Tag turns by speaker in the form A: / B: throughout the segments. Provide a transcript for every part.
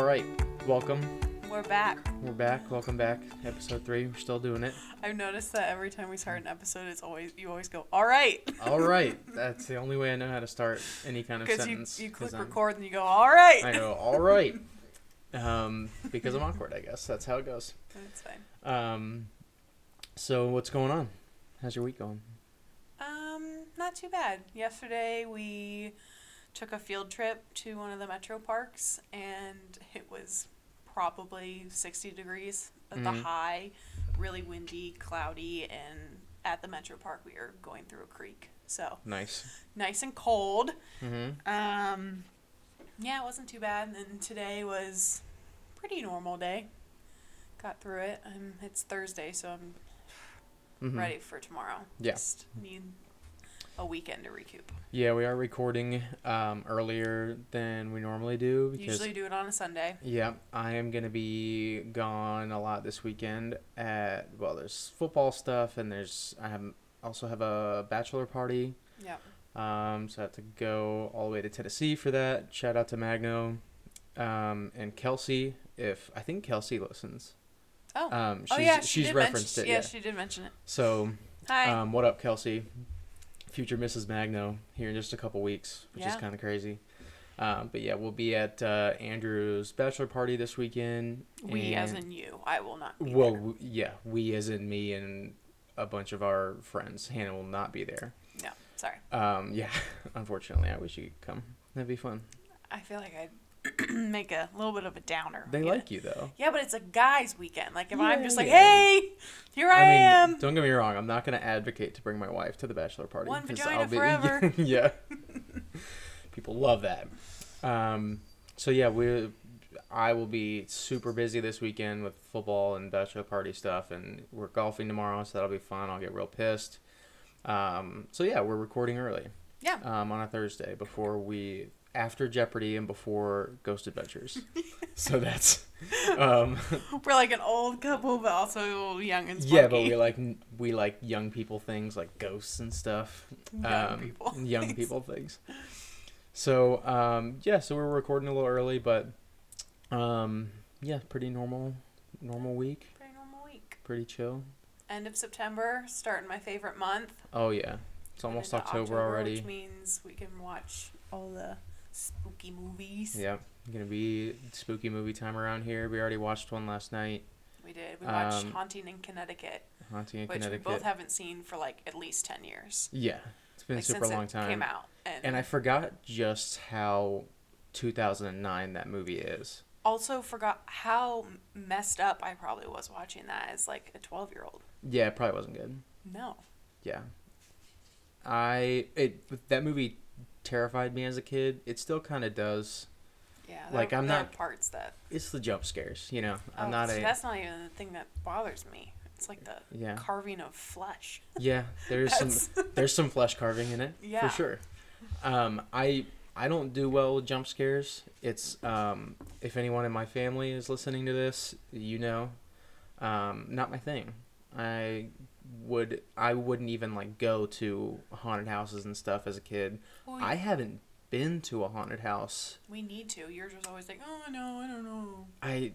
A: right, welcome.
B: We're back.
A: We're back. Welcome back. Episode three. We're still doing it.
B: I've noticed that every time we start an episode, it's always you always go, "All right,"
A: All right. That's the only way I know how to start any kind of
B: because you
A: sentence.
B: you
A: 'cause
B: click
A: I'm-
B: record and you go, "All right."
A: I go, all right. Um, because I'm awkward, I guess. That's how it goes.
B: That's fine.
A: Um, so what's going on? How's your week going?
B: Um, not too bad. Yesterday we took a field trip to one of the metro parks, and it was probably sixty degrees at the
A: Mhm.
B: high, really windy, cloudy, and at the metro park we are going through a creek, so
A: Nice.
B: nice and cold.
A: Mm-hmm.
B: Um, yeah, it wasn't too bad. And today was pretty normal day. Got through it. Um, it's Thursday, so I'm
A: mm-hmm.
B: ready for tomorrow.
A: Yeah.
B: Just need a weekend to recoup.
A: Yeah, we are recording um, earlier than we normally do because
B: Usually do it on a Sunday.
A: Yeah, I am gonna be gone a lot this weekend. At well, there's football stuff, and there's I have also have a bachelor party.
B: Yep.
A: Um, so I have to go all the way to Tennessee for that. Shout out to Magno, um, and Kelsey. If I think Kelsey listens,
B: Oh.
A: um, she's
B: oh yeah, she
A: she's
B: did
A: referenced
B: mention,
A: it. Yeah.
B: she did mention it.
A: so
B: Hi.
A: um, what up, Kelsey? Future Mrs. Magno here in just a couple weeks, which is
B: Yeah.
A: kind of crazy. Um, but yeah, we'll be at uh, Andrew's bachelor party this weekend.
B: we, as
A: and-
B: in you, I will not. Be
A: well,
B: there.
A: w- yeah, we as in me and a bunch of our friends. Hannah will not be there.
B: no, sorry.
A: Um, yeah, unfortunately, I wish you could come. That'd be fun.
B: I feel like I'd make a little bit of a downer.
A: They
B: Oh, Yeah.
A: like you though.
B: Yeah, but it's a guys' weekend. Like if I'm just like,
A: Yeah.
B: hey, here I, am.
A: don't get me wrong. I'm not gonna advocate to bring my wife to the bachelor party.
B: One
A: 'cause
B: vagina forever.
A: yeah, people love that. Um, so yeah, we, I will be super busy this weekend with football and bachelor party stuff, and we're golfing tomorrow, so that'll be fun. I'll get real pissed. Um, so yeah, we're recording early.
B: Yeah.
A: Um, on a Thursday before we after Jeopardy and before Ghost Adventures. so that's um
B: We're like an old couple, but also young and spunky.
A: yeah, but we like n- we like young people things like ghosts and stuff.
B: Young
A: um,
B: people
A: Young
B: things.
A: people things. So um, yeah, so we're recording a little early, but um, yeah, pretty normal, normal week,
B: Pretty normal week.
A: pretty chill.
B: End of September, starting my favorite month.
A: Oh yeah, it's
B: Going
A: almost
B: into
A: October, already.
B: Which means we can watch all the spooky movies.
A: Yeah, gonna be spooky movie time around here. We already watched one last night,
B: We did. We watched
A: Um,
B: Haunting in Connecticut,
A: Haunting in
B: which we
A: Connecticut.
B: both haven't seen for like at least 10 years.
A: Yeah, it's been
B: like,
A: a super
B: since
A: long
B: it
A: time.
B: came out. And,
A: And I forgot just how 2009 that movie is.
B: also forgot how messed up I probably was watching that as like a 12 year old.
A: Yeah, it probably wasn't good.
B: No.
A: Yeah. I it that movie terrified me as a kid. It still kind of does.
B: Yeah. there-
A: Like, I'm
B: there
A: not-
B: Are parts that.
A: It's the jump scares, you know. I'm
B: oh,
A: not
B: see,
A: a
B: That's not even the thing that bothers me. It's like the
A: yeah.
B: carving of flesh.
A: Yeah, there's some
B: That's-
A: there's some flesh carving in it
B: Yeah.
A: for sure. Um, I I don't do well with jump scares. It's um, if anyone in my family is listening to this, you know, um, not my thing. I would I wouldn't even like go to haunted houses and stuff as a kid.
B: Well,
A: I haven't been to a haunted house.
B: we need to. Yours was always like, oh no, I don't know.
A: I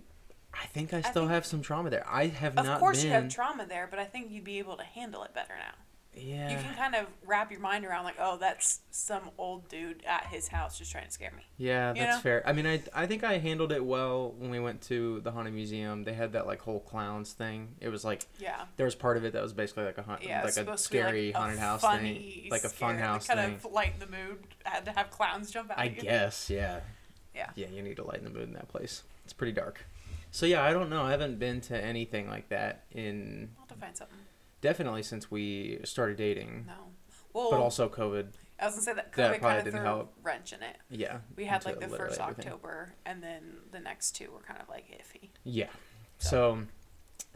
A: I think I still
B: think-
A: have some trauma there. I have
B: Of
A: not
B: course,
A: been.
B: you have trauma there, but I think you'd be able to handle it better now.
A: yeah.
B: You can kind of wrap your mind around like, oh, that's some old dude at his house just trying to scare me.
A: Yeah,
B: You
A: that's
B: know?
A: fair. I mean, I I think I handled it well when we went to the haunted museum. They had that like whole clowns thing. It was like
B: Yeah.
A: there was part of it that was basically like a haunt,
B: Yeah, it's
A: like a
B: supposed
A: scary
B: to be like
A: haunted
B: a
A: house
B: funny,
A: thing, like a
B: scary-
A: fun house
B: kind
A: thing.
B: of lighten the mood. Had to have clowns jump out.
A: I
B: at you.
A: guess, yeah.
B: Yeah.
A: Yeah, you need to lighten the mood in that place. It's pretty dark. So yeah, I don't know. I haven't been to anything like that in
B: I'll have to find something.
A: definitely since we started dating,
B: No. Well,
A: but also COVID.
B: I was gonna say
A: that
B: that COVID
A: probably
B: kind of
A: didn't
B: threw a
A: help.
B: wrench in it.
A: Yeah.
B: We had
A: into
B: like the
A: literally
B: first
A: everything.
B: October, and then the next two were kind of like iffy.
A: Yeah.
B: So-
A: So,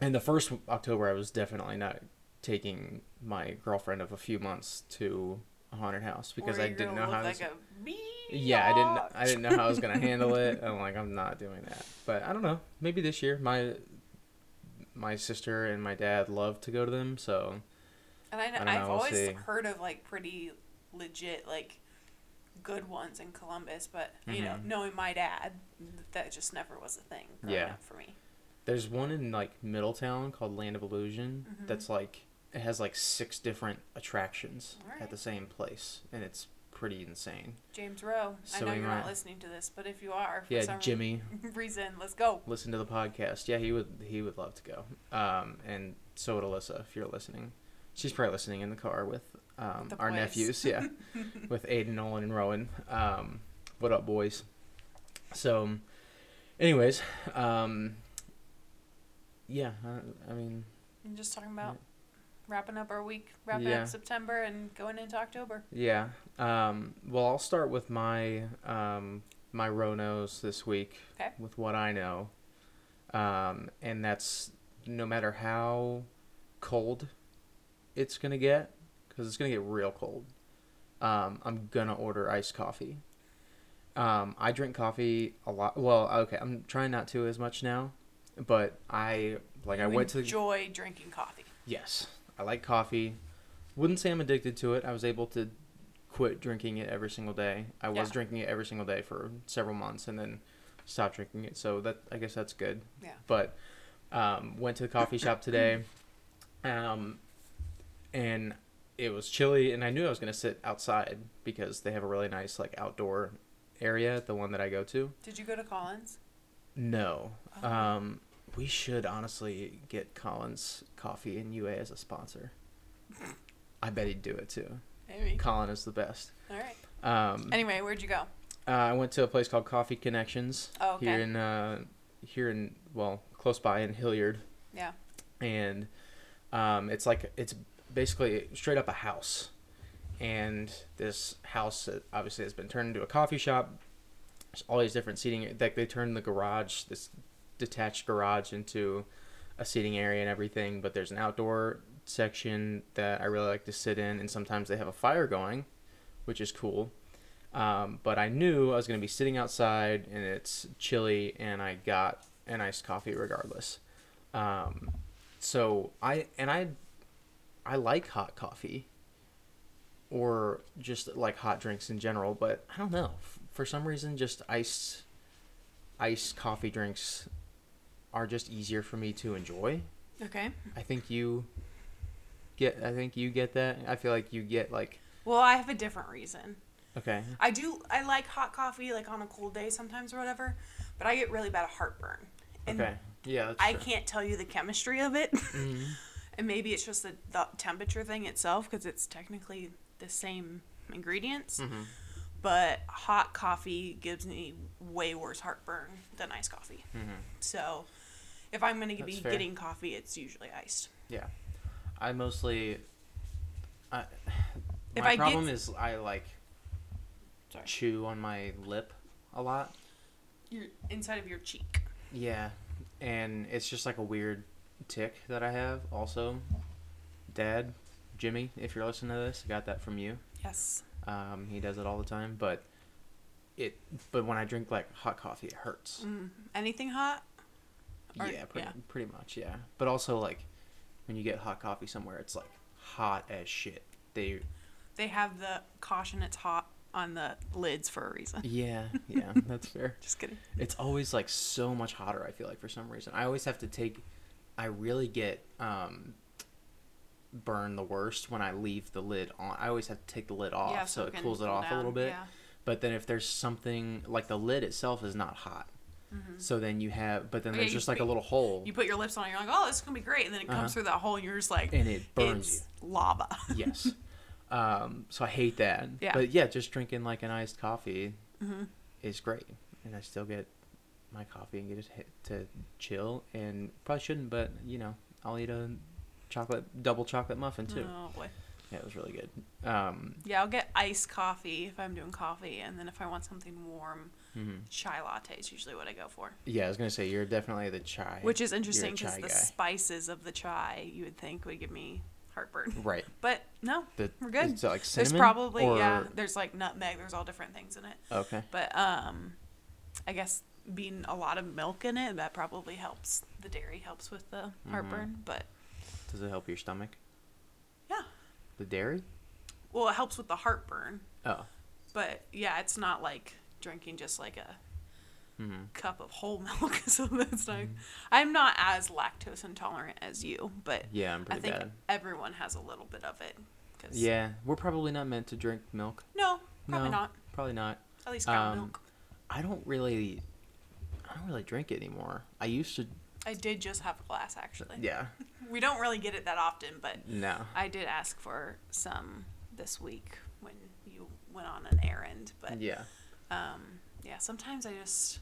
A: and the first October, I was definitely not taking my girlfriend of a few months to a haunted house because
B: Or
A: I
B: you're
A: didn't know
B: gonna
A: how.
B: look
A: this-
B: like a bee.
A: yeah, I didn't. I didn't know how I was gonna handle it. I'm like, I'm not doing that. But I don't know. Maybe this year, my my sister and my dad love to go to them. So
B: And I,
A: don't
B: I have
A: know, we'll
B: always
A: see.
B: heard of like pretty legit like good ones in Columbus, but you know,
A: Mhm.
B: knowing my dad, that just never was a thing growing
A: Yeah.
B: up for me.
A: There's one in like Middletown called Land of Illusion
B: Mhm.
A: that's like it has like six different attractions at
B: Alright.
A: the same place and it's pretty insane.
B: James Rowe,
A: So
B: I know
A: we
B: you're
A: might-
B: not listening to this, but if you are, for
A: Yeah,
B: some
A: Jimmy,
B: reason, let's go.
A: listen to the podcast. Yeah, he would he would love to go. Um and so would Alyssa if you're listening. She's probably listening in the car with um,
B: The
A: our
B: boys.
A: nephews, yeah. with Aiden, Nolan and Rowan. Um what up boys? So anyways, um yeah, I, I mean
B: And just talking about wrapping up our week, wrapping
A: Yeah.
B: up September and going into October.
A: Yeah. Um, well, I'll start with my um, my Ronos this week
B: Okay.
A: with what I know, um, and that's no matter how cold it's gonna get, because it's gonna get real cold. Um, I'm gonna order iced coffee. Um, I drink coffee a lot. Well, okay, I'm trying not to as much now, but I like I
B: You
A: went to
B: enjoy drinking coffee.
A: Yes, I like coffee. Wouldn't say I'm addicted to it. I was able to quit drinking it every single day. I was
B: Yeah.
A: drinking it every single day for several months and then stopped drinking it. So that I guess that's good.
B: Yeah.
A: But um, went to the coffee shop today, um, and it was chilly, and I knew I was gonna sit outside because they have a really nice like outdoor area, the one that I go to.
B: Did you go to Collins?
A: No.
B: Oh.
A: Um, we should honestly get Collins Coffee and UA as a sponsor. I bet he'd do it too.
B: Maybe.
A: Colin is the best.
B: All right.
A: Um,
B: Anyway, where'd you go?
A: uh, I went to a place called Coffee Connections
B: Oh, okay.
A: here in uh, here in well close by in Hilliard,
B: Yeah.
A: and um, it's like it's basically straight up a house, and this house uh, obviously has been turned into a coffee shop. There's all these different seating. Like they turned the garage, this detached garage, into a seating area and everything. But there's an outdoor section that I really like to sit in, and sometimes they have a fire going, which is cool. Um, but I knew I was going to be sitting outside and it's chilly, and I got an iced coffee regardless. Um, so I and I, I like hot coffee. Or just like hot drinks in general, but I don't know. F- For some reason, just iced, iced coffee drinks are just easier for me to enjoy.
B: Okay.
A: I think you get. I think you get that. I feel like you get like
B: Well, I have a different reason.
A: okay.
B: I do. I like hot coffee, like on a cold day sometimes or whatever. But I get really bad heartburn, and
A: okay. Yeah. That's
B: I
A: true.
B: can't tell you the chemistry of it.
A: Mhm.
B: and maybe it's just the, the temperature thing itself because it's technically the same ingredients.
A: Mhm.
B: But hot coffee gives me way worse heartburn than iced coffee.
A: Mhm.
B: So if I'm going to
A: That's
B: be
A: fair.
B: getting coffee, it's usually iced.
A: Yeah. I mostly. I,
B: If
A: my
B: I get-
A: problem is I like
B: Sorry.
A: chew on my lip a lot.
B: Your, inside of your cheek.
A: Yeah, and it's just like a weird tick that I have. Also, Dad, Jimmy, if you're listening to this, I got that from you.
B: Yes.
A: Um, he does it all the time, but it. But when I drink like hot coffee, it hurts.
B: Mm. Anything hot? Or-
A: yeah, pretty,
B: yeah.
A: pretty much, yeah. But also like, when you get hot coffee somewhere, it's like hot as shit. They,
B: They have the caution it's hot on the lids for a reason.
A: yeah, yeah, that's fair.
B: Just kidding.
A: It's always like so much hotter. I feel like for some reason, I always have to take. I really get um, burn the worst when I leave the lid on. I always have to take the lid off, so it
B: can
A: cools it
B: cool
A: off a
B: down.
A: little bit.
B: Yeah.
A: But then if there's something like the lid itself is not hot, so then you have, but then there's
B: Okay, Mm-hmm. Oh, you
A: just like a
B: put-
A: little hole,
B: You put your lips on it, you're like, oh, this is going to be great. And then it comes
A: Uh-huh.
B: through that hole and you're just like,
A: and it burns
B: it's lava.
A: you. yes. Um, so I hate that.
B: Yeah. Mm-hmm.
A: But yeah, just drinking like an iced coffee is great, and I still get my coffee and get it hit to chill, and probably shouldn't, but you know, I'll eat a chocolate double chocolate muffin too.
B: Oh, boy.
A: Yeah, it was really good. Um,
B: Yeah, I'll get iced coffee if I'm doing coffee. And then if I want something warm,
A: mhm.
B: chai latte is usually what I go for.
A: Yeah, I was gonna say you're definitely the chai.
B: Which is interesting because
A: chai
B: the
A: guy.
B: spices of the chai you would think would give me heartburn.
A: right.
B: But no,
A: The,
B: We're good.
A: It's like
B: there's
A: Mm. cinnamon.
B: probably,
A: or-
B: yeah, there's like nutmeg, there's all different things in it.
A: Okay.
B: But um, I guess being a lot of milk in it, that probably helps. The dairy helps with the
A: Mm-hmm.
B: heartburn, but
A: Does it help your stomach?
B: Yeah.
A: The dairy?
B: well, it helps with the heartburn.
A: Oh.
B: But yeah, it's not like drinking just like a
A: hmm
B: cup of whole milk. So that's not.
A: Mm-hmm.
B: I'm not as lactose intolerant as you, but
A: Yeah, I'm
B: I
A: pretty
B: think
A: bad.
B: everyone has a little bit of it. 'cause-
A: Yeah, we're probably not meant to drink milk.
B: No, probably
A: No.
B: not.
A: Probably not.
B: At least cow
A: Um,
B: milk.
A: I don't really, I don't really drink it anymore. I used to.
B: I did just have a glass actually.
A: Yeah.
B: We don't really get it that often, but
A: No.
B: I did ask for some this week when you went on an errand. But
A: Yeah.
B: um, yeah, sometimes I just a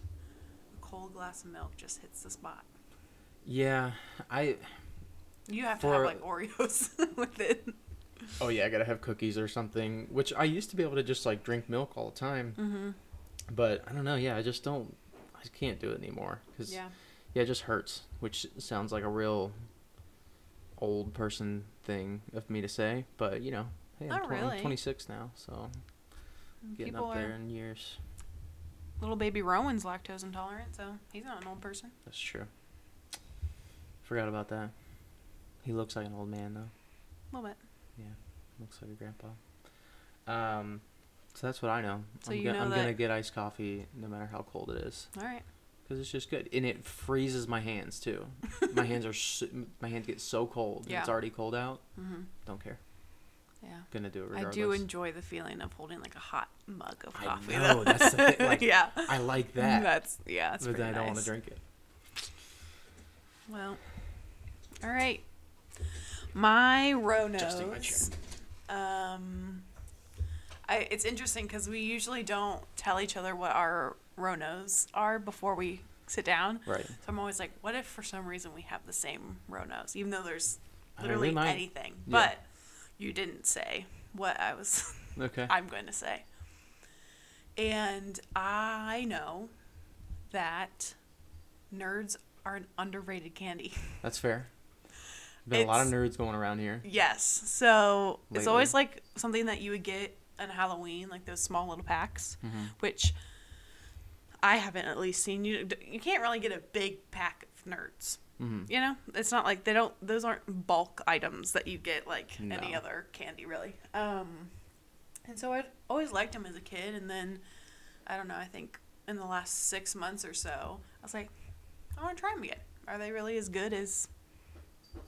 B: cold glass of milk just hits the spot.
A: Yeah. I.
B: You have
A: For-
B: to have like Oreos with it.
A: Oh yeah, I gotta have cookies or something. Which I used to be able to just like drink milk all the time,
B: Mm-hmm.
A: but I don't know. Yeah, I just don't. I can't do it anymore because yeah.
B: Yeah.
A: it just hurts. Which sounds like a real old person thing of me to say, but you know, hey, I'm
B: Not
A: 20
B: really.
A: 26 now, so getting
B: People
A: up there
B: are
A: in years.
B: little baby Rowan's lactose intolerant, so he's not an old person.
A: That's true. Forgot about that. He looks like an old man though.
B: A little bit.
A: Looks like a grandpa. Um, so that's what I know.
B: So
A: I'm,
B: you
A: go-
B: know
A: I'm
B: that-
A: gonna get iced coffee no matter how cold it is,
B: All right.
A: cause it's just good, and it freezes my hands too. my hands are so, my hands get so cold. and It's
B: Yeah.
A: already cold out.
B: Mm-hmm.
A: Don't care.
B: Yeah.
A: Gonna do it
B: I
A: regardless.
B: do enjoy the feeling of holding like a hot mug of
A: I
B: coffee.
A: know,
B: though.
A: that's the thing, like,
B: yeah.
A: I like that,
B: That's yeah. That's
A: but
B: pretty
A: then I don't want
B: nice.
A: to drink it.
B: Well, all right. My row
A: Adjusting my
B: notes. Um, I it's interesting because we usually don't tell each other what our row notes are before we sit down.
A: Right.
B: So I'm always like, what if for some reason we have the same row notes, even though there's
A: I mean, we
B: literally
A: might.
B: anything.
A: Yeah.
B: But you didn't say what I was
A: Okay.
B: I'm going to say. And I know that nerds are an underrated candy.
A: That's fair. Been a lot of
B: It's-
A: nerds going around here.
B: Yes. So it's
A: Lately.
B: always like something that you would get on Halloween, like those small little packs,
A: Mhm.
B: which I haven't at least seen. You you can't really get a big pack of nerds.
A: Mhm.
B: You know, it's not like they don't; those aren't bulk items that you get like any
A: No.
B: other candy, really. Um, and so I always liked them as a kid, and then I don't know. I think in the last six months or so, I was like, I want to try them again. Are they really as good as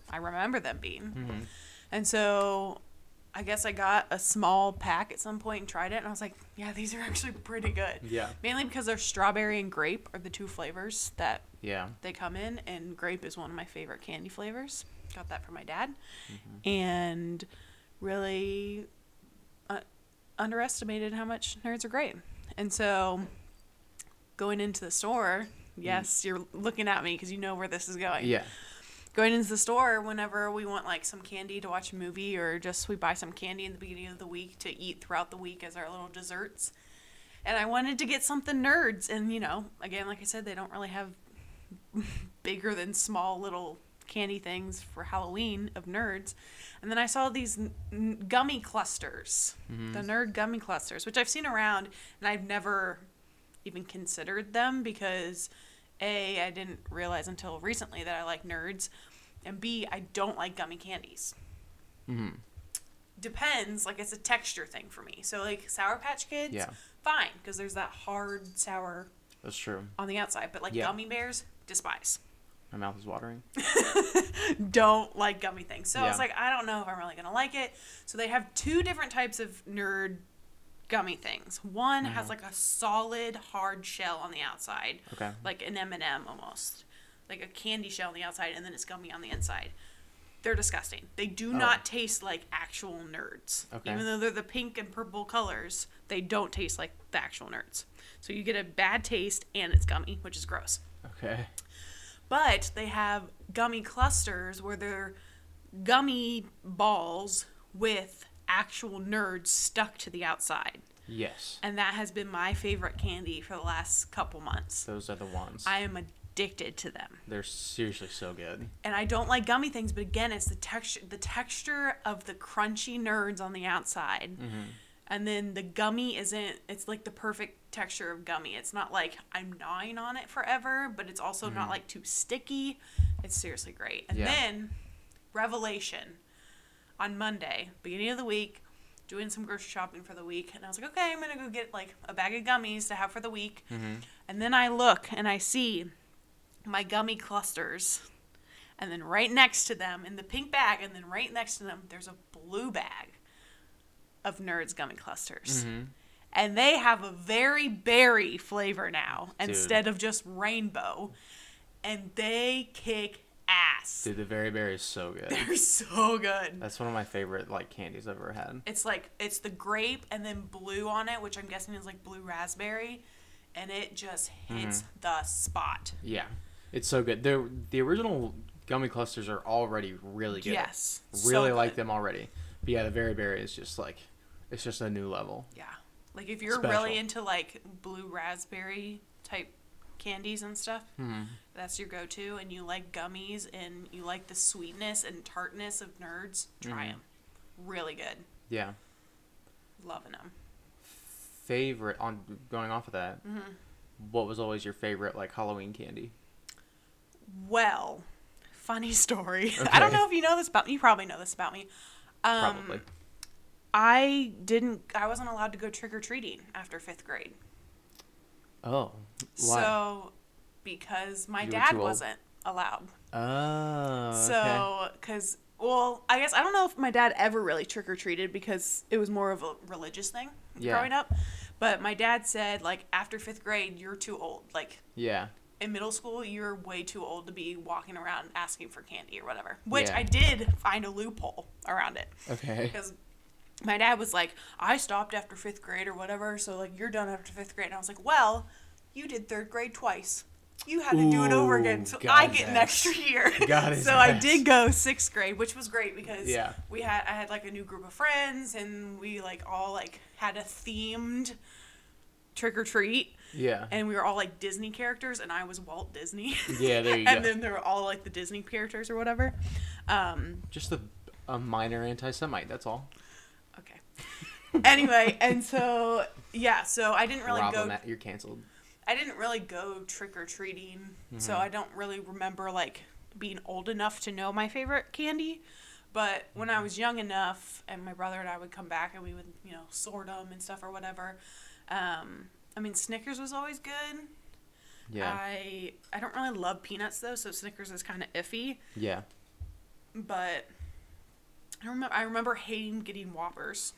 B: I remember them being?
A: Mhm.
B: And so I guess I got a small pack at some point and tried it, and I was like, yeah, these are actually pretty good.
A: Yeah.
B: Mainly because they're strawberry and grape are the two flavors that
A: Yeah.
B: they come in, and grape is one of my favorite candy flavors. Got that from my dad. And really uh, underestimated how much nerds are great. And so going into the store, yes, you're looking at me because you know where this is going
A: Yeah.
B: going into the store whenever we want like some candy to watch a movie or just we buy some candy in the beginning of the week to eat throughout the week as our little desserts. And I wanted to get something nerds and you know, again like I said they don't really have bigger than small little candy things for Halloween of nerds. And then I saw these n- n- gummy clusters.
A: Mm-hmm.
B: The nerd gummy clusters, which I've seen around and I've never even considered them because a I didn't realize until recently that I like nerds, and b I don't like gummy candies.
A: Mhm.
B: Depends, like it's a texture thing for me. So like Sour Patch Kids,
A: Yeah.
B: fine because there's that hard sour
A: That's true.
B: on the outside, but like
A: Yeah.
B: gummy bears, despise.
A: My mouth is watering.
B: Don't like gummy things. So I was
A: Yeah.
B: like, I don't know if I'm really gonna like it. So they have two different types of nerd gummy things. One
A: Mm-hmm.
B: has like a solid hard shell on the outside.
A: Okay.
B: like an M&M almost, like a candy shell on the outside and then it's gummy on the inside. They're disgusting. They do
A: Oh.
B: not taste like actual nerds.
A: Okay.
B: Even though they're the pink and purple colors, they don't taste like the actual nerds. So you get a bad taste and it's gummy, which is gross.
A: Okay.
B: But they have gummy clusters where they're gummy balls with actual nerds stuck to the outside.
A: Yes.
B: And that has been my favorite candy for the last couple months.
A: Those are the ones.
B: I am addicted to them.
A: They're seriously so good.
B: and I don't like gummy things, but again, it's the texture the texture of the crunchy nerds on the outside. And then the gummy isn't it's like the perfect texture of gummy. It's not like I'm gnawing on it forever, but it's also not like too sticky. It's seriously great. And
A: Yeah.
B: then revelation on Monday, beginning of the week, doing some grocery shopping for the week, and I was like, okay, I'm gonna go get like a bag of gummies to have for the week. And then I look and I see my gummy clusters, and then right next to them in the pink bag, and then right next to them there's a blue bag of Nerds gummy clusters.
A: Mm-hmm.
B: And they have a very berry flavor now
A: Dude.
B: instead of just rainbow. And they kick ass.
A: Dude, the very berry is so good.
B: They're so good.
A: That's one of my favorite like candies I've ever had.
B: It's like it's the grape and then blue on it, which I'm guessing is like blue raspberry, and it just hits
A: Mm-hmm.
B: the spot.
A: Yeah, it's so good. The the original gummy clusters are already really good.
B: Yes, so
A: really like
B: good.
A: them already. But yeah, the very berry is just like, it's just a new level.
B: Yeah, like if you're
A: Special.
B: really into like blue raspberry type candies and stuff,
A: Mm-hmm.
B: that's your go-to. And you like gummies and you like the sweetness and tartness of nerds.
A: Mm-hmm.
B: Try them, really good.
A: Yeah,
B: Loving them.
A: favorite on going off of that.
B: Mm-hmm.
A: What was always your favorite like Halloween candy?
B: Well, funny story. I don't
A: Okay.
B: know if you know this about me. You probably know this about me. Um,
A: Probably.
B: I didn't. I wasn't allowed to go trick or treating after fifth grade.
A: oh, why?
B: So, because my
A: You were
B: dad
A: too old?
B: wasn't allowed.
A: oh, okay.
B: So, because well, I guess I don't know if my dad ever really trick or treated because it was more of a religious thing
A: Yeah.
B: growing up. But my dad said like after fifth grade, you're too old. Like
A: yeah,
B: in middle school, you're way too old to be walking around asking for candy or whatever. Which
A: Yeah.
B: I did find a loophole around it.
A: okay,
B: because my dad was like, I stopped after fifth grade or whatever, so like you're done after fifth grade. And I was like, well, you did third grade twice. You had to do it over
A: Ooh,
B: again, so
A: got
B: I
A: his
B: get an
A: ass.
B: extra year.
A: Got his
B: so I
A: ass.
B: did go sixth grade, which was great because
A: Yeah.
B: we had I had like a new group of friends and we like all like had a themed trick or treat
A: yeah,
B: and we were all like Disney characters, and I was Walt Disney.
A: Yeah, there you
B: and
A: go.
B: then they were all like the Disney characters or whatever. Um,
A: just a a minor anti-Semite. That's all.
B: Okay. anyway, and so yeah, so I didn't really
A: Rob
B: go.
A: Amat- you're canceled.
B: I didn't really go trick or treating, so
A: Mm-hmm.
B: I don't really remember like being old enough to know my favorite candy. But when
A: Mm-hmm.
B: I was young enough, and my brother and I would come back and we would you know sort them and stuff or whatever. Um, I mean, Snickers was always good.
A: Yeah,
B: I I don't really love peanuts though, so Snickers is kind of iffy.
A: yeah.
B: But I remember I remember hating getting Whoppers.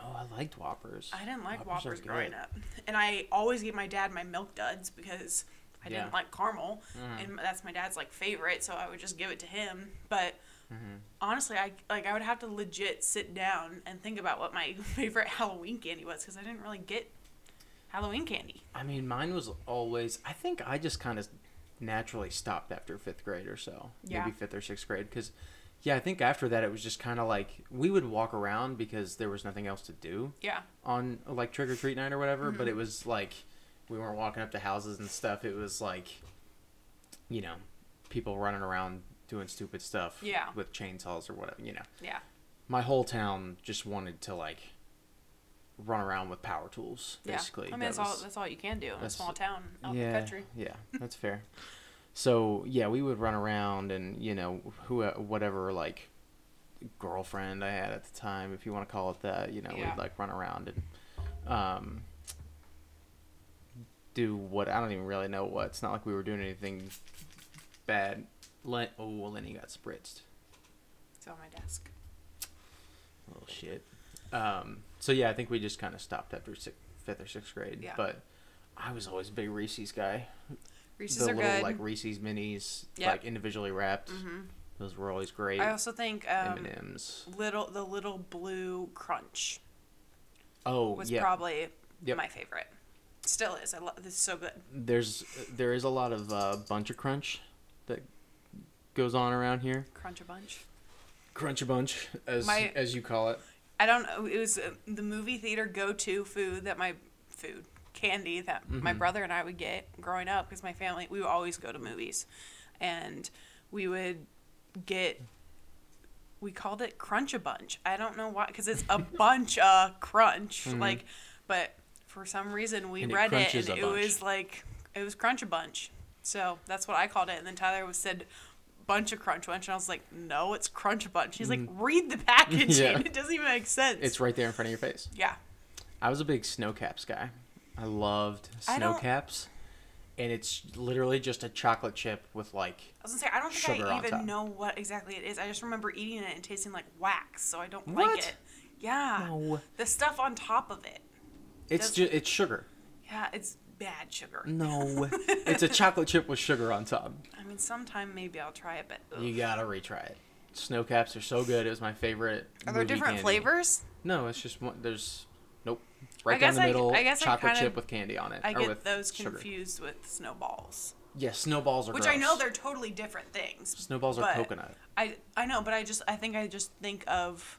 A: Oh, I liked Whoppers.
B: I didn't like
A: Whoppers are
B: Whoppers
A: good.
B: growing up, and I always gave my dad my milk duds because I
A: Yeah. Hmm.
B: didn't like caramel, and that's my dad's like favorite, so I would just give it to him. But
A: Mm-hmm.
B: honestly, I like I would have to legit sit down and think about what my favorite Halloween candy was because I didn't really get Halloween candy.
A: I mean, mine was always. I think I just kind of naturally stopped after fifth grade or so,
B: Yeah.
A: maybe fifth or sixth grade. Because, yeah, I think after that it was just kind of like we would walk around because there was nothing else to do
B: Yeah,
A: on like trick or treat night or whatever. But
B: Mm-hmm.
A: it was like we weren't walking up to houses and stuff. It was like, you know, people running around doing stupid stuff.
B: Yeah.
A: With chainsaws or whatever, you know.
B: yeah,
A: My whole town just wanted to like run around with power tools. Basically,
B: yeah. I mean,
A: That
B: that's all
A: was-
B: that's all you can do in a
A: that's-
B: small town out
A: yeah,
B: in the country.
A: Yeah, that's fair. So yeah, we would run around and you know who whatever like girlfriend I had at the time, if you want to call it that, you know,
B: Yeah.
A: we'd like run around and um, do what I don't even really know what. It's not like we were doing anything bad. Len- oh, Lenny got spritzed.
B: It's on my desk.
A: Little shit. Um, so yeah, I think we just kind of stopped after sixth, fifth or sixth grade.
B: Yeah.
A: But I was always a big Reese's guy.
B: Reese's
A: the
B: are
A: little
B: good.
A: like Reese's minis,
B: Yep. Mm-hmm.
A: like individually wrapped. Those were always great.
B: I also think um,
A: M&Ms.
B: little the little blue crunch.
A: Oh
B: was
A: yeah,
B: probably
A: Yep.
B: my favorite. Still is. I love this is so good.
A: there's there is a lot of uh, bunch of crunch that goes on around here.
B: Crunch a bunch.
A: Crunch a bunch, as
B: My-
A: as you call it.
B: I don't know. It was uh, the movie theater go-to food that my food candy that
A: Mm-hmm.
B: my brother and I would get growing up because my family we would always go to movies, and we would get. We called it Crunch a Bunch. I don't know why because it's a bunch of crunch like, but for some reason we
A: Mm-hmm. And it
B: read it
A: crunches
B: and
A: a
B: it
A: bunch.
B: was like it was Crunch a Bunch. So that's what I called it, and then Tyler was said bunch of Crunch Bunch, and I was like, no, it's Crunch Bunch. He's like, read the packaging.
A: Mm. Yeah.
B: It doesn't even make sense.
A: It's right there in front of your face.
B: yeah.
A: I was a big snow caps guy. I loved
B: I
A: snow
B: don't-
A: caps. And it's literally just a chocolate chip with like
B: I was gonna say I don't think
A: Sugar
B: I
A: on top.
B: even know what exactly it is. I just remember eating it and tasting like wax, so I don't
A: What?
B: like it. Yeah.
A: No.
B: The stuff on top of it.
A: it's
B: Does-
A: just it's sugar.
B: Yeah, it's bad sugar.
A: No, it's a chocolate chip with sugar on top.
B: I mean, sometime maybe I'll try it, but ugh.
A: You gotta retry it. Snow caps are so good. It was my favorite.
B: are there
A: movie
B: different
A: candy.
B: flavors?
A: No, it's just one. There's nope. Right
B: I
A: down
B: guess
A: the
B: I-
A: middle.
B: I guess I
A: chocolate
B: kinda-
A: chip with candy on it.
B: I
A: or
B: get
A: with
B: those
A: sugar.
B: confused with snowballs,
A: Yeah, snowballs are.
B: which I
A: gross.
B: know they're totally different things.
A: Snowballs are
B: but
A: coconut.
B: I I know, but I just I think I just think of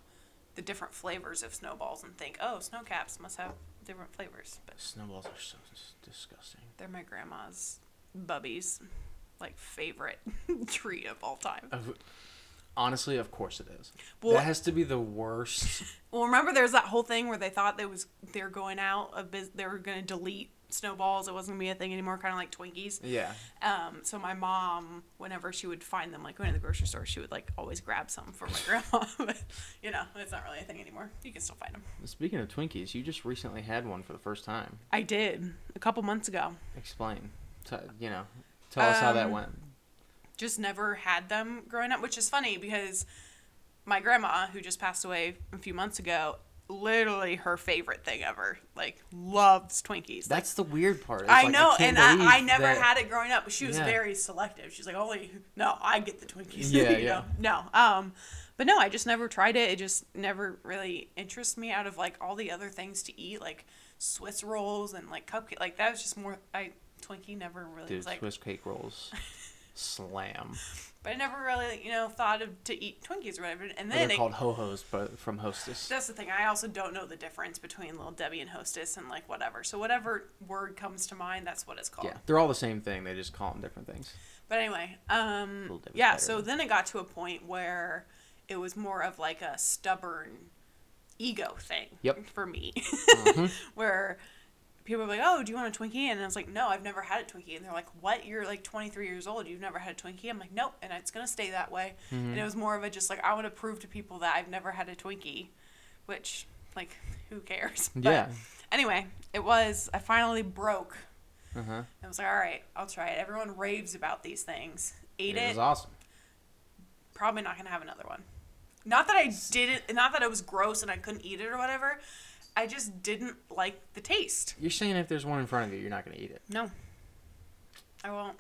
B: the different flavors of snowballs and think, oh, snow caps must have different flavors, but
A: Snowballs are so s- disgusting.
B: They're my grandma's bubbies, like favorite treat of all time.
A: Of- honestly, of course it is.
B: Well-
A: that has to be the worst.
B: Well, remember there's that whole thing where they thought they was they were going out of biz- they were going to delete snowballs. It wasn't gonna be a thing anymore, kind of like Twinkies.
A: yeah.
B: Um, so my mom, whenever she would find them, like going to the grocery store, she would like always grab some for my grandma. but you know, it's not really a thing anymore. You can still find them.
A: Speaking of Twinkies, you just recently had one for the first time.
B: I did a couple months ago.
A: Explain. T- you know, tell us how that
B: Um,
A: went.
B: just never had them growing up, which is funny because my grandma, who just passed away a few months ago, literally her favorite thing ever, like loves Twinkies. Like,
A: That's the weird part. It's
B: I
A: like,
B: know,
A: can't
B: and I, I
A: believe
B: never
A: that-
B: had it growing up. but She was
A: Yeah.
B: very selective. She's like, only no, I get the Twinkies.
A: Yeah,
B: you
A: yeah.
B: Know? No, um, but no, I just never tried it. It just never really interests me. Out of like all the other things to eat, like Swiss rolls and like cupcake, like that was just more. I Twinkie never really
A: Dude,
B: was like
A: Swiss cake rolls. Slam.
B: But I never really, you know, thought of to eat Twinkies or whatever. And
A: They're
B: then it,
A: called ho hos, but from Hostess.
B: that's the thing. I also don't know the difference between Little Debbie and Hostess and like whatever. So whatever word comes to mind, that's what it's called.
A: Yeah, they're all the same thing. They just call them different things.
B: But anyway, um,
A: Debbie's
B: yeah.
A: better
B: So
A: than-
B: then it got to a point where it was more of like a stubborn ego thing
A: Yep. Mm-hmm.
B: for me, where people were like, "Oh, do you want a Twinkie?" And I was like, "No, I've never had a Twinkie." And they're like, "What? You're like 23 years old. You've never had a Twinkie?" I'm like, "Nope," and it's gonna stay that way.
A: Mm-hmm.
B: And it was more of a just like I want to prove to people that I've never had a Twinkie, which like who cares? But
A: Yeah.
B: Anyway, it was I finally broke.
A: Uh huh.
B: I was like, "All right, I'll try it." Everyone raves about these things. Ate
A: It
B: it
A: was awesome.
B: probably not gonna have another one. Not that I didn't, not that it was gross and I couldn't eat it or whatever. I just didn't like the taste.
A: You're saying if there's one in front of you, you're not gonna eat it.
B: No, I won't.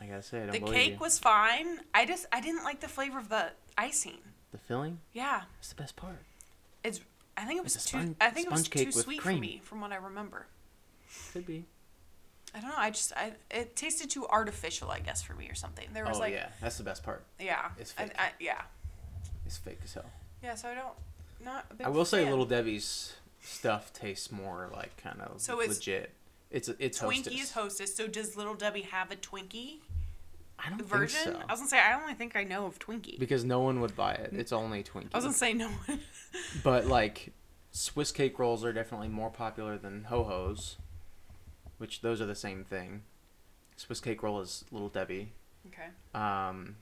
A: I gotta say, I don't
B: The
A: believe
B: cake
A: you.
B: was fine. I just I didn't like the flavor of the icing.
A: the filling.
B: Yeah,
A: It's the best part.
B: it's. I think it was
A: It's a
B: too.
A: spon-
B: I think it was
A: sponge cake
B: too
A: with
B: sweet
A: cream.
B: for me, from what I remember.
A: Could be.
B: I don't know. I just I it tasted too artificial, I guess, for me or something. There was
A: Oh
B: like yeah,
A: yeah, that's the best part. It's
B: I,
A: fake.
B: I, yeah,
A: It's fake as hell.
B: yeah. So I don't. Not a big
A: I will say,
B: fan.
A: Little Debbie's stuff tastes more like kind of
B: So it's-
A: legit. It's it's Hostess.
B: Twinkie is hostess. So does Little Debbie have a Twinkie?
A: I don't
B: version.
A: think so.
B: I was gonna say I only think I know of Twinkie.
A: Because no one would buy it. It's only Twinkie.
B: I was gonna say no one.
A: But like Swiss cake rolls are definitely more popular than ho hos, which those are the same thing. Swiss cake roll is Little Debbie.
B: okay.
A: Um,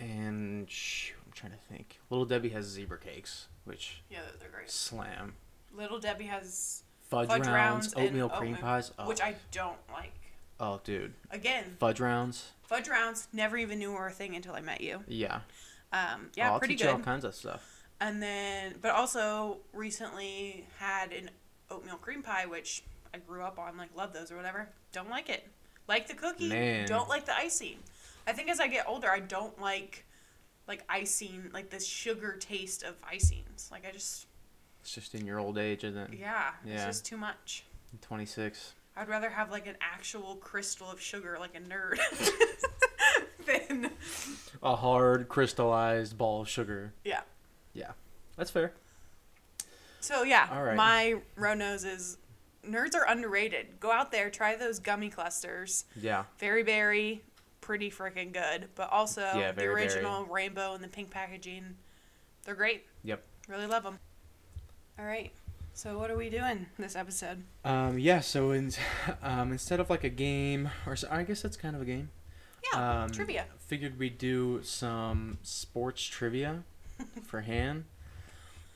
A: and shoot, I'm trying to think. Little Debbie has zebra cakes, which
B: Yeah, those are great.
A: slam.
B: Little Debbie has
A: Fudge,
B: fudge
A: rounds,
B: rounds, and
A: oatmeal cream pies. Oh,
B: which I don't like.
A: oh, dude,
B: Again,
A: fudge rounds.
B: fudge rounds never even knew were a thing until I met you.
A: Yeah, Oh,
B: Um, yeah,
A: I'll
B: pretty
A: teach you all
B: good.
A: kinds of stuff.
B: And then, but also recently had an oatmeal cream pie, which I grew up on, like love those or whatever. Don't like it. Like the cookie,
A: Man.
B: don't like the icing. I think as I get older, I don't like like icing, like the sugar taste of icings. Like I just,
A: It's just in your old age, isn't it?
B: yeah, it's
A: Mm. Yeah.
B: just too much.
A: 26.
B: I'd rather have like an actual crystal of sugar, like a nerd, than
A: A hard crystallized ball of sugar.
B: yeah.
A: Yeah, that's fair.
B: So yeah,
A: All right.
B: my row nose is nerds are underrated. Go out there, try those gummy clusters.
A: Yeah.
B: Very berry, pretty freaking good. But also
A: Yeah,
B: the
A: Very Berry.
B: original rainbow and the pink packaging, they're great.
A: Yep.
B: Really love them. All right, so what are we doing this episode?
A: Um, yeah, so in, um, instead of like a game, or so, I guess that's kind of a game,
B: Yeah,
A: Um,
B: trivia.
A: Figured we'd do some sports trivia for Han.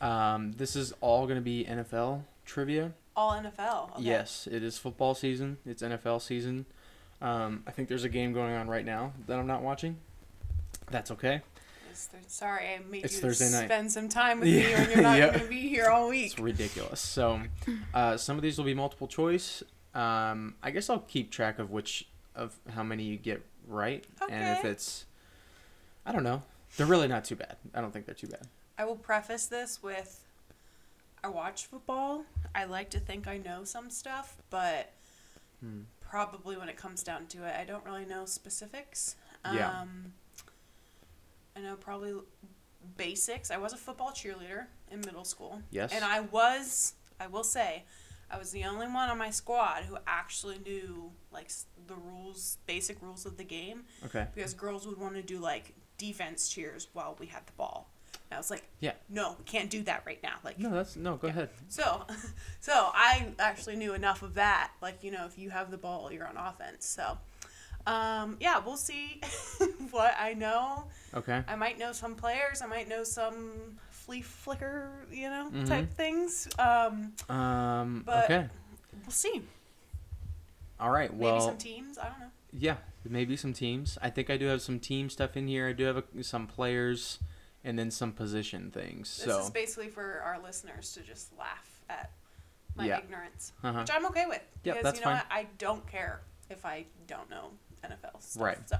A: Um, this is all going to be NFL trivia.
B: All NFL. Okay.
A: Yes, it is football season. It's NFL season. Um, I think there's a game going on right now that I'm not watching. That's okay.
B: It's Thurs- sorry, I made
A: It's
B: you
A: Thursday night.
B: spend some time with
A: Yeah,
B: me when you're not
A: yeah.
B: going to be here all week.
A: It's ridiculous. So, uh, some of these will be multiple choice. Um, I guess I'll keep track of which of how many you get right, and if
B: Okay.
A: it's, I don't know. They're really not too bad. I don't think they're too bad.
B: I will preface this with I watch football. I like to think I know some stuff, but
A: Hmm.
B: probably when it comes down to it, I don't really know specifics. Um,
A: Yeah.
B: I know probably basics. I was a football cheerleader in middle school.
A: Yes.
B: And I was, I will say, I was the only one on my squad who actually knew like s- the rules, basic rules of the game,
A: Okay.
B: because girls would want to do like defense cheers while we had the ball. And I was like,
A: Yeah.
B: no, can't do that right now. Like,
A: No, that's no. Go ahead.
B: so, so I actually knew enough of that. Like, you know, if you have the ball, you're on offense. So, um, yeah, we'll see what I know.
A: Okay.
B: I might know some players. I might know some flea flicker, you know,
A: Mhm.
B: type things. Um,
A: Um.
B: But-
A: okay.
B: we'll see.
A: All right.
B: Maybe
A: Well.
B: some teams. I don't know.
A: Yeah, maybe some teams. I think I do have some team stuff in here. I do have a, some players, and then some position things.
B: This
A: so.
B: is basically for our listeners to just laugh at my
A: Yeah.
B: ignorance,
A: uh-huh.
B: which I'm okay with.
A: Yeah,
B: because
A: that's
B: you know
A: fine.
B: what? I don't care if I don't know NFL stuff.
A: Right.
B: So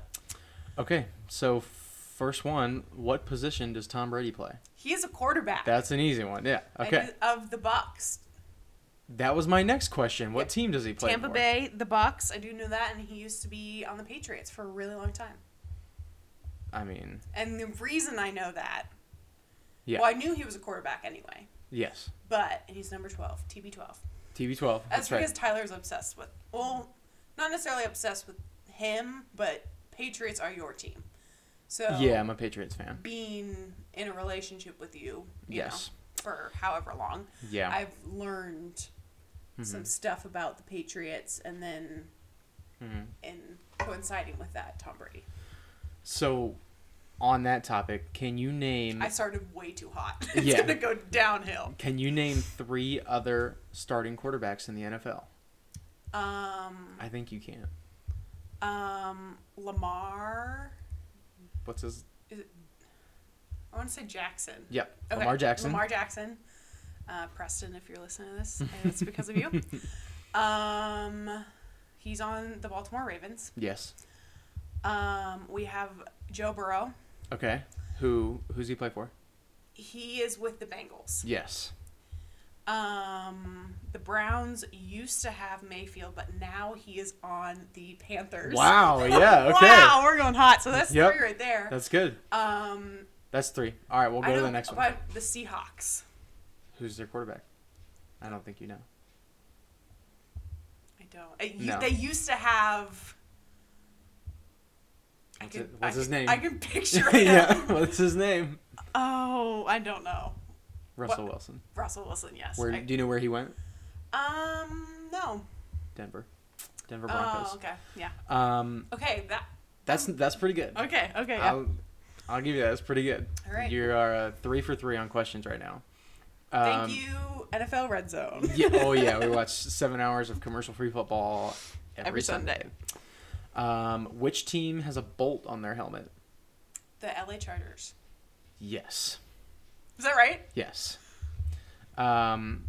A: Okay. So first one, what position does Tom Brady play?
B: he is a quarterback.
A: That's an easy one. Yeah.
B: and
A: Okay.
B: he's of the Bucks.
A: That was my next question. What
B: Yep.
A: team does he play
B: Tampa
A: for?
B: Bay, the Bucks. I do know that, and he used to be on the Patriots for a really long time.
A: I mean,
B: And the reason I know that,
A: Yeah.
B: well, I knew he was a quarterback anyway,
A: yes.
B: but and he's number twelve, TB twelve.
A: TB12.
B: That's,
A: That's,
B: because
A: right.
B: Tyler's obsessed with. Well, not necessarily obsessed with him, but Patriots are your team. So
A: Yeah, I'm a Patriots fan.
B: being in a relationship with you, you
A: Yes.
B: know, for however long,
A: Yeah. Mm-hmm.
B: I've learned some stuff about the Patriots, and then
A: Mhm.
B: and coinciding with that, Tom Brady.
A: So, on that topic, can you name
B: I started way too hot.
A: Mm.
B: it's
A: Yeah.
B: gonna go downhill.
A: can you name three other starting quarterbacks in the NFL?
B: Um,
A: I think you can.
B: um, Lamar.
A: What's his?
B: I want to say Jackson.
A: Yep.
B: Okay,
A: Lamar Jackson.
B: Lamar Jackson. Uh, Preston, if you're listening to this, and it's because of you. Um, he's on the Baltimore Ravens.
A: Yes.
B: Um, we have Joe Burrow.
A: Okay. Who who's he play for?
B: He is with the Bengals.
A: Yes.
B: Um, the Browns used to have Mayfield, but now he is on the Panthers.
A: Wow. Yeah. Okay.
B: Wow, we're going hot. So that's
A: Yep.
B: three right there.
A: That's good.
B: um,
A: That's three. All right. We'll
B: I
A: go to
B: don't
A: the next one.
B: about the Seahawks.
A: Who's their quarterback? I don't think you know.
B: I don't. It, you,
A: No.
B: They used to have. I
A: What's
B: can-
A: it- what's
B: I
A: his
B: can-
A: name?
B: I can picture him.
A: yeah. What's his name?
B: Oh, I don't know.
A: Russell Wilson.
B: Russell Wilson, yes.
A: Where
B: I-
A: do you know where he went?
B: um, no.
A: Denver. Denver
B: Oh,
A: Broncos.
B: okay. Yeah.
A: Um,
B: Okay, that.
A: that's that's pretty good.
B: Okay, okay. Yeah.
A: I'll, I'll give you that. That's pretty good.
B: All right.
A: You are uh, three for three on questions right now. Um,
B: Thank you, NFL Red Zone.
A: yeah, oh yeah, we watch seven hours of commercial free football every,
B: Every
A: Sunday.
B: Sunday.
A: Um, which team has a bolt on their helmet?
B: the LA Chargers.
A: Yes,
B: Is that right?
A: yes. Um,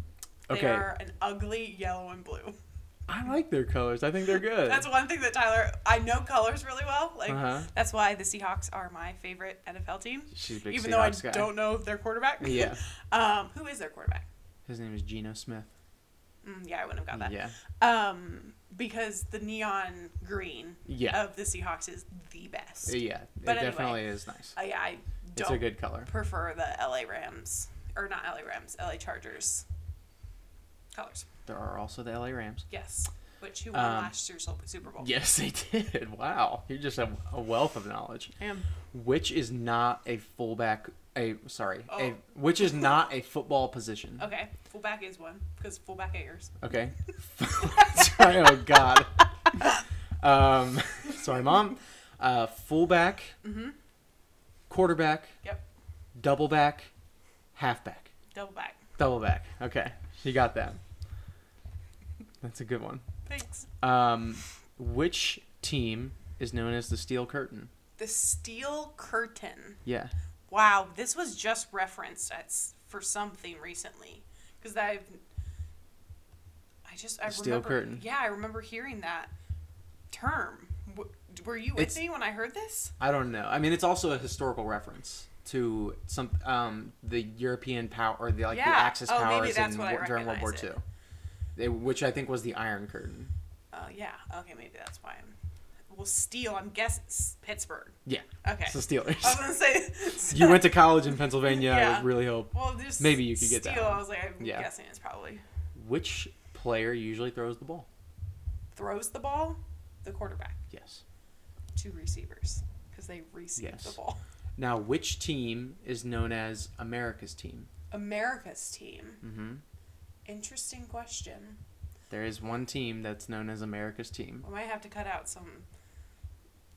B: They
A: okay,
B: are an ugly yellow and blue.
A: I like their colors. I think they're good.
B: That's one thing that Tyler. I know colors really well. Like
A: Uh, Uh-huh.
B: that's why the Seahawks are my favorite NFL team.
A: She's a big
B: even though I
A: Seahawks guy.
B: don't know their quarterback.
A: Yeah,
B: um, who is their quarterback?
A: his name is Geno Smith.
B: Mm, yeah, I wouldn't have got that.
A: Yeah,
B: Um, because the neon green
A: yeah, Uh,
B: of the Seahawks is the best.
A: yeah.
B: Oh, But
A: it
B: anyway.
A: definitely is nice.
B: I, I
A: It's a
B: don't
A: good color.
B: prefer the LA Rams or not LA Rams, LA Chargers colors.
A: There are also the LA Rams.
B: Yes, which who won
A: Um,
B: last year's Super Bowl?
A: Yes, they did. Wow, you're just a, a wealth of knowledge.
B: I am.
A: Which is not a fullback. A sorry. A,
B: Oh.
A: which is not a football position.
B: Okay, fullback is one because fullback airs.
A: Okay. sorry. Oh God. um, sorry, mom. Uh, fullback,
B: Mm-hmm.
A: quarterback,
B: Yep.
A: double back, halfback,
B: Double back.
A: double back. Okay, you got that. That's a good one.
B: Thanks.
A: Um, which team is known as the Steel Curtain?
B: The steel curtain.
A: Yeah.
B: Wow, this was just referenced at, s- for something recently because I've. I just I
A: The steel
B: remember.
A: curtain.
B: Yeah, I remember hearing that term. W- were you with
A: It's-
B: me when I heard this?
A: I don't know. I mean, it's also a historical reference to some um, the European power or the like the
B: Yeah.
A: Axis
B: Oh, maybe
A: powers
B: that's
A: in,
B: what I
A: war- during World War
B: recognize
A: II, They- which I think was the Iron Curtain.
B: Oh yeah. Okay, maybe that's why I'm. Well, steel. I'm guessing s- Pittsburgh.
A: Yeah,
B: Okay.
A: it's the
B: I was
A: Steelers.
B: gonna say.
A: you went to college in Pennsylvania. I
B: Yeah.
A: really hope.
B: Well, just
A: Maybe you could get that
B: steel.
A: one.
B: I was like, I'm
A: Yeah.
B: guessing it's probably
A: Which player usually throws the ball?
B: throws the ball, the quarterback,
A: Yes.
B: two receivers because they receive
A: Yes.
B: the ball.
A: Now, which team is known as America's team?
B: America's team.
A: Mm-hmm.
B: Interesting question.
A: There is one team that's known as America's team.
B: We might have to cut out some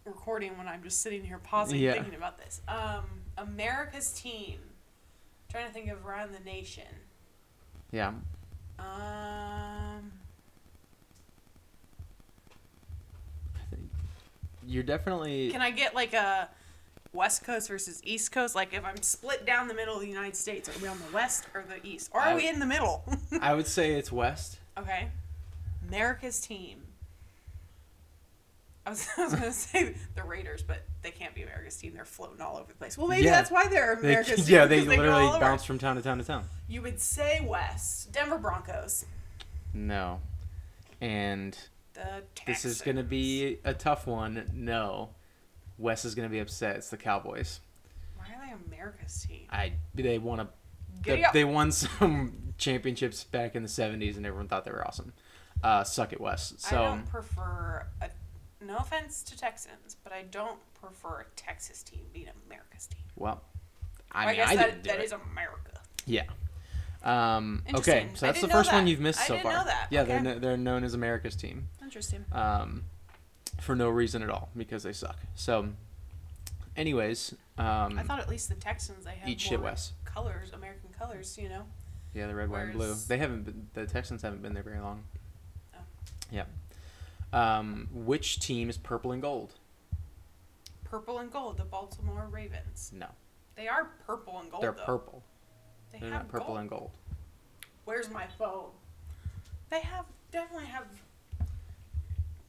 B: recording when I'm just sitting here pausing
A: Yeah.
B: thinking about this. Um, America's team. trying to think of around the nation.
A: Yeah.
B: Um,
A: You're definitely.
B: can I get like a West Coast versus East Coast? Like if I'm split down the middle of the United States, are we on the West or the East? Or are
A: I-
B: we in the middle?
A: I would say it's West.
B: Okay. America's team. I was, I was going to say the Raiders, but they can't be America's team. They're floating all over the place. Well, maybe
A: Yeah.
B: that's why they're
A: They-
B: America's team.
A: yeah, they
B: 'cause go
A: literally
B: all over.
A: bounce from town to town to town.
B: You would say West. Denver Broncos.
A: No. And
B: The
A: this is
B: Texans.
A: going to be a tough one. No. Wes is going to be upset. It's the Cowboys.
B: Why are they America's team?
A: I they won a
B: Giddy
A: they,
B: up.
A: they won some championships back in the 70s and everyone thought they were awesome. Uh, suck it, Wes.
B: I
A: So
B: don't prefer, a, no offense to Texans, but I don't prefer a Texas team being America's team.
A: well, I
B: Or
A: mean, I,
B: guess
A: didn't
B: that,
A: do
B: that
A: it.
B: is America.
A: Yeah. Um, okay,
B: Interesting.
A: so
B: I
A: that's the
B: didn't know
A: first one
B: that.
A: you've missed
B: I
A: so
B: didn't
A: far.
B: know that.
A: Yeah, they're
B: Okay.
A: kn- they're known as America's team
B: Interesting.
A: um, for no reason at all because they suck. So, anyways, um,
B: I thought at least the Texans they have
A: eat shit,
B: more
A: Wes.
B: colors, American colors, you know.
A: Yeah, the red, white, and blue.
B: Whereas-
A: They haven't been, the Texans haven't been there very long.
B: Oh.
A: Yeah. Um, which team is purple and gold?
B: Purple and gold, the Baltimore Ravens.
A: No,
B: They are purple and gold
A: they're
B: though.
A: purple.
B: They
A: They're
B: have
A: not purple
B: gold.
A: and gold.
B: Where's my phone? They have definitely have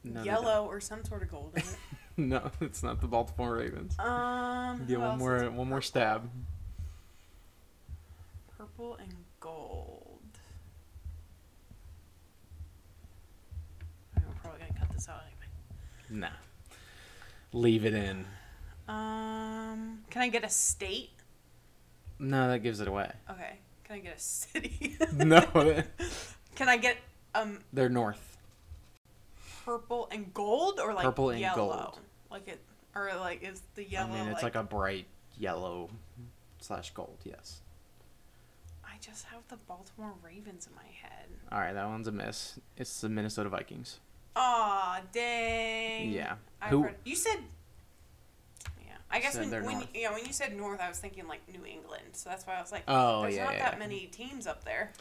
A: No, they
B: yellow or some sort of gold in it.
A: don't. No, it's not the Baltimore Ravens.
B: um
A: Yeah,
B: who
A: one
B: else
A: more,
B: is
A: one more stab.
B: Purple and gold. I'm probably gonna cut this out anyway.
A: Nah, leave it in.
B: Um can I get a state?
A: No, that gives it away.
B: Okay. Can I get a city?
A: No,
B: Can I get um
A: they're north.
B: purple and gold or like
A: Purple and
B: yellow?
A: gold.
B: Like it or like is the yellow
A: I mean, it's like, a bright yellow slash gold. Yes.
B: I just have the Baltimore Ravens in my head.
A: All right, that one's a miss. It's the Minnesota Vikings.
B: Aw, dang.
A: Yeah.
B: I
A: Who-
B: heard, you said Yeah. I guess
A: Said
B: when,
A: they're
B: when
A: north.
B: yeah, when you said north I was thinking like New England. So that's why I was like
A: Oh,
B: there's
A: yeah,
B: not
A: yeah.
B: that many teams up there.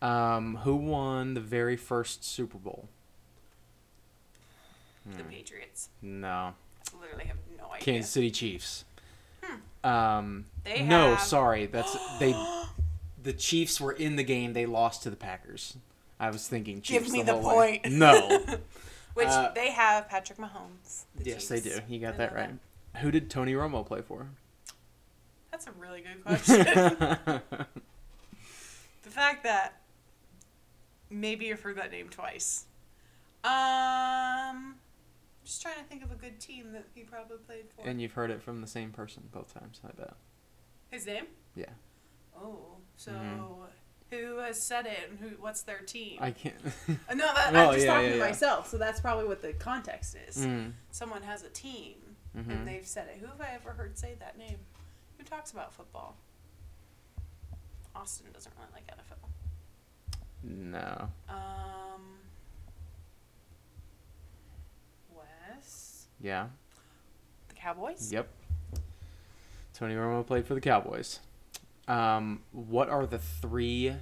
A: Um, who won the very first Super Bowl?
B: The
A: Hmm.
B: Patriots.
A: No,
B: Literally have no idea.
A: Kansas City Chiefs. Um,
B: They
A: no,
B: have-
A: sorry, that's they. The Chiefs were in the game. They lost to the Packers. I was thinking
B: Give
A: Chiefs.
B: me
A: the,
B: the
A: whole way.
B: point.
A: No.
B: Which
A: uh,
B: they have Patrick Mahomes. the
A: yes, they do.
B: Chiefs.
A: You got
B: I
A: that
B: know
A: right. Who did Tony Romo play for?
B: That's a really good
A: Oh,
B: question. The fact that maybe you've heard that name twice. Um, just trying to think of a good team that he probably played for.
A: and you've heard it from the same person both times. I bet.
B: His name?
A: Yeah,
B: Oh, so
A: Mhm.
B: who has said it and who? What's their team?
A: I can't.
B: Uh, no, that,
A: Well,
B: I'm just
A: yeah,
B: talking
A: yeah,
B: to
A: yeah.
B: myself. So that's probably what the context is.
A: Mm.
B: Someone has a team
A: Mhm.
B: and they've said it. Who have I ever heard say that name? Who talks about football? Austin doesn't really like NFL.
A: No.
B: Um, Wes.
A: Yeah.
B: Cowboys.
A: Yep. Tony Romo played for the Cowboys. Um, what are the three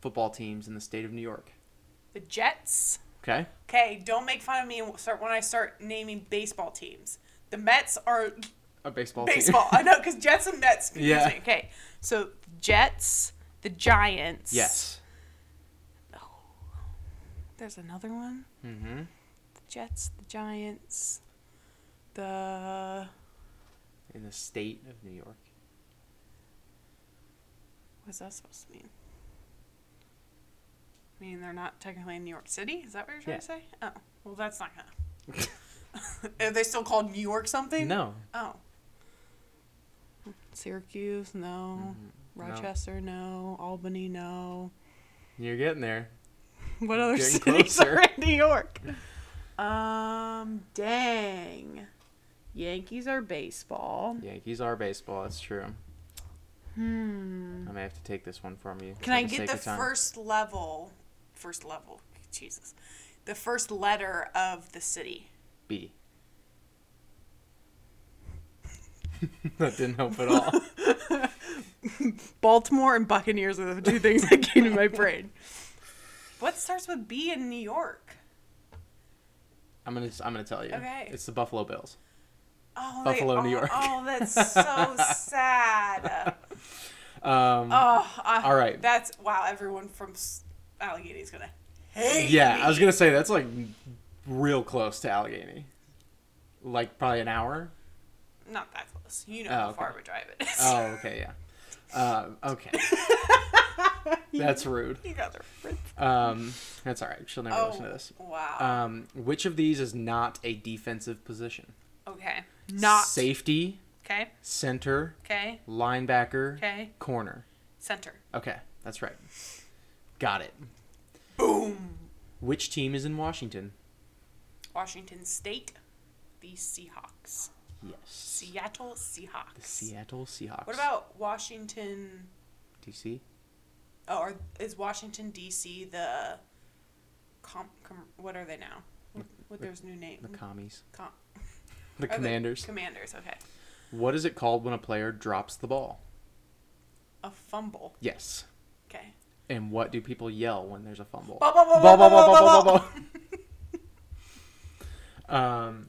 A: football teams in the state of New York?
B: The Jets.
A: Okay.
B: Okay, don't make fun of me start when I start naming baseball teams. The Mets are
A: A baseball,
B: baseball.
A: team.
B: I know because Jets and Mets. confuse
A: Yeah.
B: me. Okay, so Jets, the Giants.
A: yes.
B: There's another one.
A: Mm-hmm.
B: The Jets, the Giants, the
A: In the state of New York.
B: What's that supposed to mean? I mean, they're not technically in New York City? Is that what you're trying to say? Oh, well, that's not gonna. Are they still called New York something?
A: No.
B: Oh. Syracuse, no.
A: Mm-hmm. No.
B: Rochester, no. Albany, no.
A: You're getting there.
B: What other
A: Getting
B: cities
A: closer.
B: are in New York? Um, dang. Yankees are baseball.
A: Yankees are baseball. That's true.
B: Hmm.
A: I may have to take this one from you.
B: Can I
A: for
B: get
A: sake
B: the
A: of time.
B: first level? First level, Jesus. The first letter of the city.
A: B? that didn't help at all.
B: Baltimore and Buccaneers are the two things that came to my brain. What starts with B in New York?
A: I'm gonna I'm gonna tell you.
B: Okay.
A: It's the Buffalo Bills.
B: Oh,
A: Buffalo, New
B: all-
A: York.
B: Oh, that's so sad.
A: Um,
B: Oh, I-
A: All right.
B: That's wow. Everyone from S- Allegheny's gonna hate.
A: yeah,
B: me.
A: I was gonna say that's like real close to Allegheny. Like probably an hour.
B: Not that close. You know
A: Oh,
B: how
A: okay.
B: far of a drive it is.
A: Oh, okay, yeah. Uh, okay, that's rude.
B: you guys are. freaking-
A: Um, that's all right. She'll never
B: Oh,
A: listen to this.
B: wow.
A: Um, which of these is not a defensive position?
B: okay. Not
A: safety,
B: okay.
A: center,
B: Okay.
A: linebacker,
B: Okay.
A: corner.
B: Center.
A: Okay, that's right. Got it.
B: Boom.
A: Which team is in Washington?
B: Washington State, the Seahawks.
A: Yes.
B: Seattle Seahawks.
A: the Seattle Seahawks.
B: What about Washington?
A: DC?
B: Oh, or is Washington D.C. the comp, com? What are they now? What, what there's new name?
A: The commies.
B: Com-
A: The
B: Mm-hmm. are they-
A: commanders.
B: commanders. Okay.
A: What is it called when a player drops the ball?
B: A fumble.
A: Yes.
B: Okay.
A: And what do people yell when there's a fumble?
B: Ball, ball, ball,
A: Ball, ball,
B: ball,
A: ball, ball,
B: ball, ball,
A: ball, ball. Um,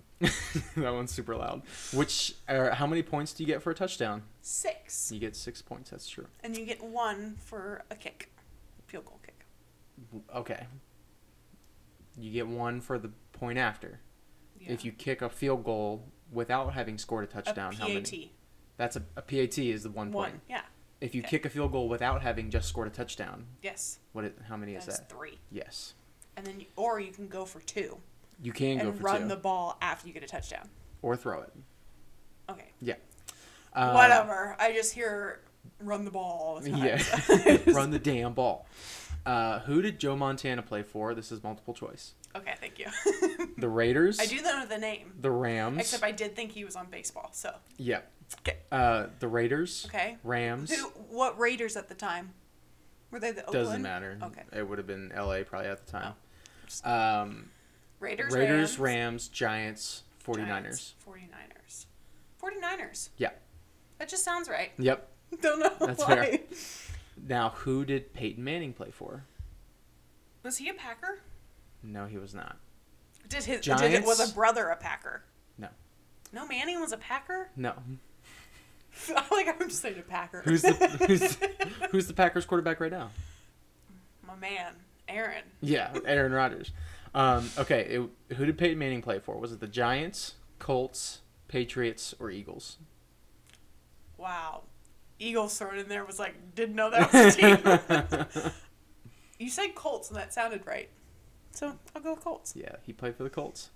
A: that one's super loud. Which, or how many points do you get for a touchdown?
B: Six,
A: You get six points. That's true.
B: and you get one for a kick, field goal kick.
A: Okay. You get one for the point after.
B: Yeah.
A: If you kick a field goal without having scored a
B: a
A: touchdown,
B: PAT.
A: how many? That's a, a PAT is the one,
B: One.
A: point.
B: Yeah.
A: If you
B: Okay.
A: kick a field goal without having just scored a touchdown,
B: Yes.
A: what? Is, how many is
B: That's
A: that?
B: three.
A: Yes.
B: And then, you, or you can go for two
A: You can
B: and,
A: go for
B: run
A: two
B: the ball after you get a touchdown.
A: or throw it.
B: Okay.
A: Yeah. Um,
B: Whatever. I just hear run the ball all the time.
A: Yeah.
B: so-
A: Run the damn ball. Uh, who did Joe Montana play for? This is multiple choice.
B: okay, thank you.
A: The Raiders.
B: I do know the name.
A: The Rams.
B: Except I did think he was on baseball, so
A: yeah.
B: Okay.
A: Uh, the Raiders.
B: okay.
A: Rams.
B: Who what Raiders at the time? Were they the Oakland?
A: Doesn't matter.
B: Okay.
A: It would have been L.A. probably at the time.
B: Just-
A: Um,
B: Raiders,
A: Raiders, Rams, Giants, 49ers.
B: Giants, 49ers. 49ers.
A: Yeah.
B: That just sounds right.
A: Yep.
B: Don't know
A: That's
B: why.
A: Now, who did Peyton Manning play for?
B: Was he a Packer?
A: No, he was not.
B: Did his did it, was
A: Giants?
B: a brother a Packer?
A: No.
B: No, Manning was a Packer?
A: No.
B: like I'm just saying a Packer.
A: Who's the who's, who's the Packers quarterback right now?
B: my man, Aaron?
A: Yeah, Aaron Rodgers. Um, okay, it, who did Peyton Manning play for? Was it the Giants, Colts, Patriots, or Eagles?
B: Wow. Eagles thrown in there was like, didn't know that was a team. you said Colts, and that sounded right. So I'll go with Colts.
A: yeah, he played for the Colts.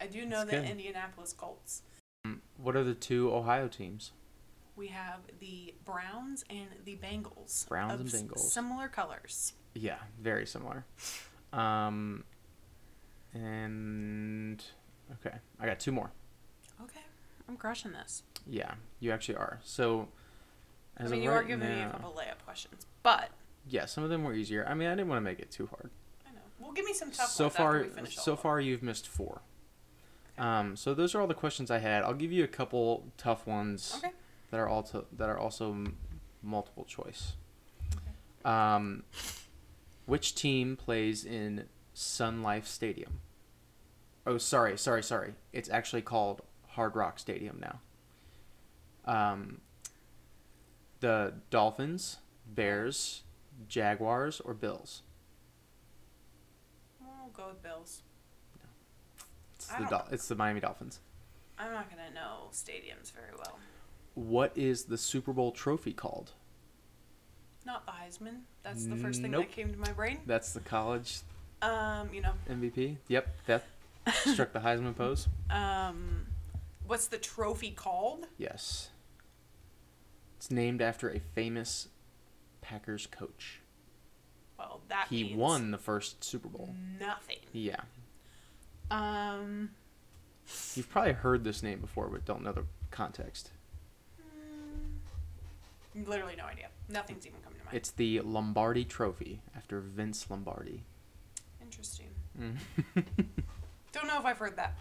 B: I do know
A: That's
B: the
A: good.
B: Indianapolis Colts.
A: Mm, What are the two Ohio teams?
B: We have the Browns and the Bengals.
A: Browns
B: of
A: and
B: s-
A: Bengals.
B: Similar colors.
A: Yeah, very similar. Um, and okay, I got two more.
B: Okay. I'm crushing this.
A: Yeah, you actually are. So, as
B: I mean,
A: of
B: you
A: right
B: are giving me a
A: now-
B: couple layup questions, but
A: yeah, some of them were easier. I mean, I didn't want to make it too hard.
B: I know. Well, give me some tough
A: so
B: ones after
A: far,
B: we finish all
A: so
B: of them.
A: far, you've missed four. Um, so those are all the questions I had. I'll give you a couple tough ones
B: Okay.
A: that are also that are also m- multiple choice. Um, which team plays in Sun Life Stadium? Oh, sorry, sorry, sorry. It's actually called Hard Rock Stadium now. Um, the Dolphins, Bears, Jaguars, or Bills?
B: I'll go with Bills.
A: It's
B: I
A: the
B: don't-
A: Dol- it's the Miami Dolphins.
B: I'm not gonna know stadiums very well.
A: What is the Super Bowl trophy called?
B: Not the Heisman. That's the first thing
A: Nope.
B: that came to my brain.
A: That's the college
B: Um, you know,
A: MVP. Yep, that struck the Heisman pose.
B: um, what's the trophy called?
A: Yes. It's named after a famous Packers coach.
B: Well, that
A: he
B: means
A: won the first Super Bowl.
B: nothing.
A: Yeah.
B: Um,
A: You've probably heard this name before, but don't know the context.
B: mm, literally no idea. Nothing's even coming to mind.
A: It's the Lombardi Trophy after Vince Lombardi.
B: Interesting.
A: Mm.
B: Mm-hmm. Don't know if I've heard that.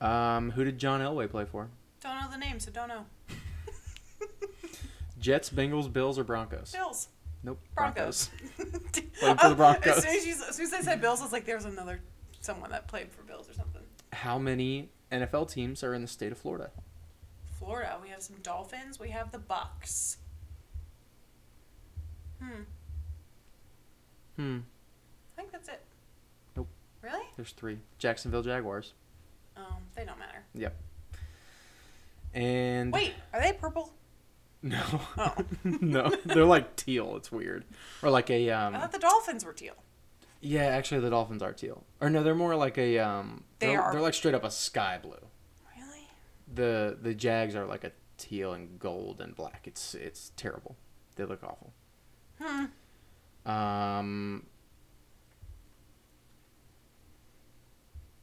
A: um, who did John Elway play for?
B: Don't know the name, so don't know.
A: Jets, Bengals, Bills, or Broncos?
B: Bills.
A: Nope.
B: Broncos. Oh,
A: Played for the Broncos.
B: As soon as, you, as soon as I said Bills, I was like, there's another someone that played for Bills or something.
A: How many NFL teams are in the state of Florida?
B: Florida, we have some Dolphins. We have the Bucks. Hmm.
A: Hmm.
B: I think that's it.
A: Nope.
B: Really?
A: There's three. Jacksonville Jaguars.
B: Um, they don't matter.
A: Yep. And
B: Wait, are they purple?
A: no,
B: Oh.
A: no, they're like teal. It's weird, or like a
B: I
A: um.
B: thought the Dolphins were teal.
A: Yeah, actually, the Dolphins are teal. Or no, they're more like a um.
B: They
A: they're,
B: are.
A: They're like straight up a sky blue.
B: Really?
A: The the Jags are like a teal and gold and black. It's it's terrible. They look awful.
B: Hmm.
A: Um.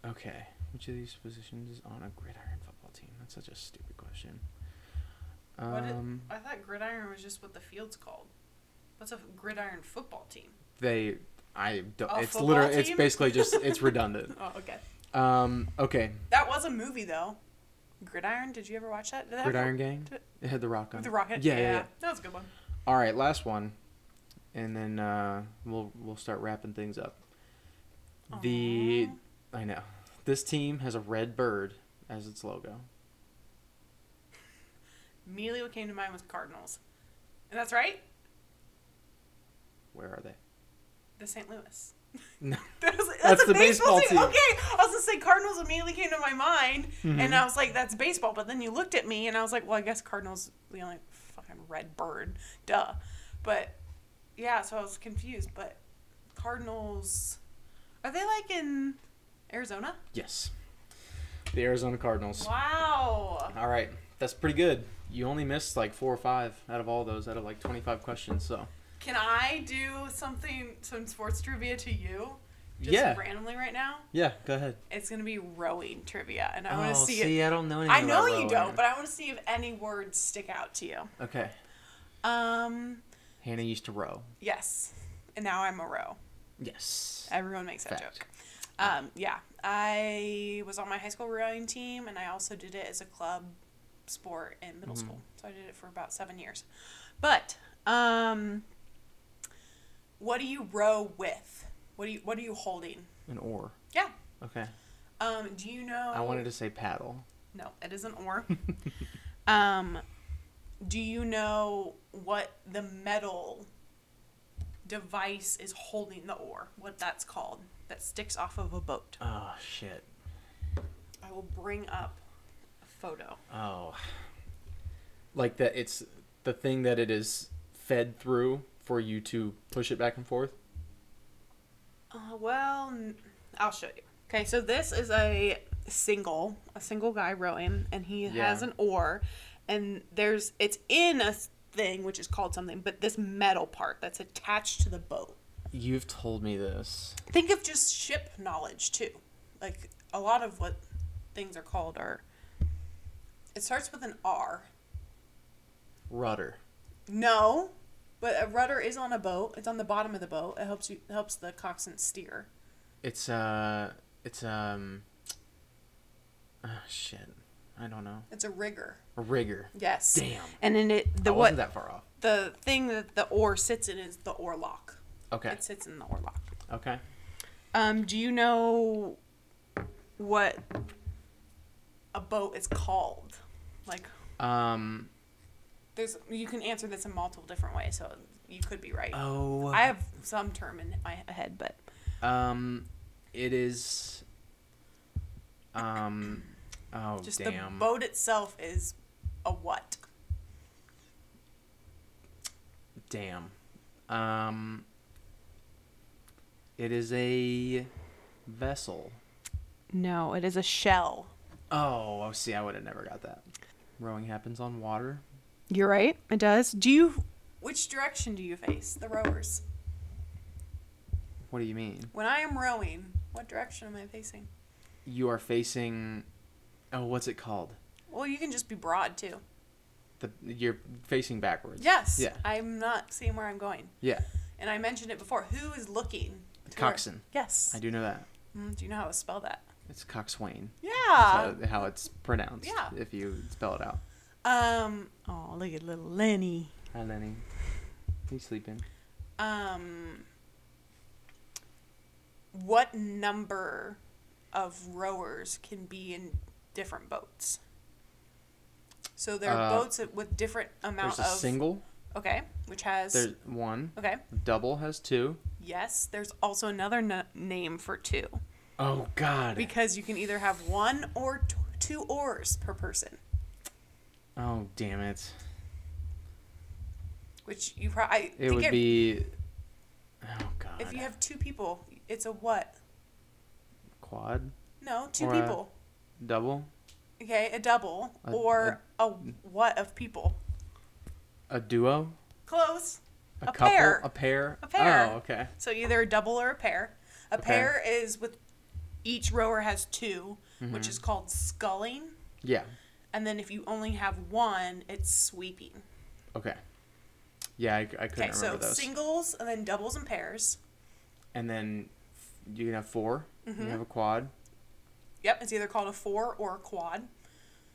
A: Okay, which of these positions is on a gridiron football team? That's such a stupid question.
B: What it-
A: Um,
B: I thought gridiron was just what the field's called. What's a gridiron football team?
A: they, I don't.
B: A
A: it's
B: football
A: literally, it's
B: team?
A: basically just, it's redundant.
B: Oh, okay.
A: Um, okay,
B: That was a movie though. Gridiron. Did you ever watch that? Did that have
A: gridiron gang.
B: did-
A: It had the rock on.
B: with the
A: it.
B: rocket.
A: Yeah, yeah, yeah.
B: that was a good one.
A: All right, last one, and then uh, we'll we'll start wrapping things up. The
B: Aw.
A: I know this team has a red bird as its logo.
B: Immediately, what came to mind was Cardinals, and that's right.
A: Where are they?
B: The St. Louis.
A: No.
B: That was-
A: That's the baseball team. Mm-hmm.
B: Okay, I was gonna say Cardinals immediately came to my mind, and I was like, "That's baseball." But then you looked at me, and I was like, "Well, I guess Cardinals the only fucking red bird, duh." But yeah, so I was confused. But Cardinals, are they like in Arizona?
A: Yes, the Arizona Cardinals.
B: Wow,
A: All right, that's pretty good. You only missed like four or five out of all those out of like twenty five questions. So
B: can I do something some sports trivia to you? Just
A: Yeah.
B: randomly right now.
A: yeah, go ahead.
B: It's gonna be rowing trivia, and I want to see, it.
A: Oh, I don't know anything.
B: I know
A: about
B: you
A: rowing.
B: don't, but I want to see if any words stick out to you.
A: okay.
B: Um,
A: Hannah used to row.
B: yes. And now I'm a row.
A: Yes.
B: Everyone makes that
A: Fact.
B: joke. Um, yeah. I was on my high school rowing team and I also did it as a club sport in middle
A: Mm-hmm.
B: school. So I did it for about seven years. But um what do you row with? What do you what are you holding?
A: An oar.
B: Yeah.
A: Okay.
B: Um, do you know
A: I wanted to say paddle.
B: No, it isn't or. um, do you know what the metal device is holding the oar? What that's called that sticks off of a boat?
A: Oh shit.
B: I will bring up a photo.
A: Oh. Like that. It's the thing that it is fed through for you to push it back and forth.
B: Uh, well, n- I'll show you. Okay, so this is a single, a single guy rowing, and he
A: Yeah.
B: has an oar, and there's it's in a s- thing which is called something, but this metal part that's attached to the boat.
A: You've told me this.
B: think of just ship knowledge too. Like a lot of what things are called are. It starts with an R.
A: Rudder.
B: No, but a rudder is on a boat. It's on the bottom of the boat. It helps you helps the coxswain steer.
A: It's uh. It's um. Oh, shit. I don't know.
B: It's a rigger.
A: Rigor.
B: Yes.
A: Damn.
B: And then it the
A: I wasn't
B: what
A: that far off.
B: the thing that the oar sits in is the oar lock.
A: Okay.
B: It sits in the oar lock.
A: Okay.
B: Um, do you know what a boat is called? Like
A: Um.
B: there's you can answer this in multiple different ways, so you could be right.
A: Oh.
B: I have some term in my head, but
A: Um, it is. Um, oh
B: just
A: damn!
B: the boat itself is a what?
A: Damn. Um, it is a vessel.
B: No, it is a shell.
A: Oh, oh, see, I would have never got that. Rowing happens on water.
B: You're right. It does. Do you? Which direction do you face? The rowers.
A: What do you mean?
B: When I am rowing, what direction am I facing?
A: You are facing. Oh, what's it called?
B: Well, you can just be broad too.
A: The you're facing backwards.
B: Yes.
A: Yeah.
B: I'm not seeing where I'm going,
A: Yeah.
B: and I mentioned it before. Who is looking?
A: The
B: to where-
A: coxswain.
B: Yes.
A: I do know that.
B: Mm, do you know how to spell that?
A: It's coxswain.
B: Yeah.
A: That's how, how it's pronounced.
B: Ah. yeah.
A: If you spell it out.
B: Um. Oh, look at little Lenny.
A: Hi, Lenny. He's sleeping.
B: Um. What number of rowers can be in different boats? So there are
A: Uh,
B: boats with different amount
A: There's a
B: of
A: single.
B: okay, which has
A: There's one.
B: okay.
A: Double has two.
B: Yes, there's also another n- name for two
A: Oh God.
B: because you can either have one or t- two oars per person,
A: oh damn it!
B: which you probably
A: It would
B: if,
A: be. Oh God.
B: if you have two people, it's a what?
A: quad,
B: No, two
A: Or a-
B: people.
A: double,
B: Okay, a double
A: A-
B: or a, what of people?
A: a duo,
B: Close.
A: a,
B: A
A: couple,
B: pair.
A: a pair.
B: A pair.
A: Oh okay.
B: So either a double or a pair. A
A: Okay.
B: pair is with each rower has 2
A: Mm-hmm.
B: which is called sculling.
A: Yeah.
B: And then if you only have one, it's sweeping.
A: Okay. Yeah, I, I couldn't
B: Okay,
A: remember
B: so
A: those.
B: singles and then doubles and pairs.
A: and then you can have 4
B: Mm-hmm.
A: You can have a quad,
B: Yep, it's either called a four or a quad.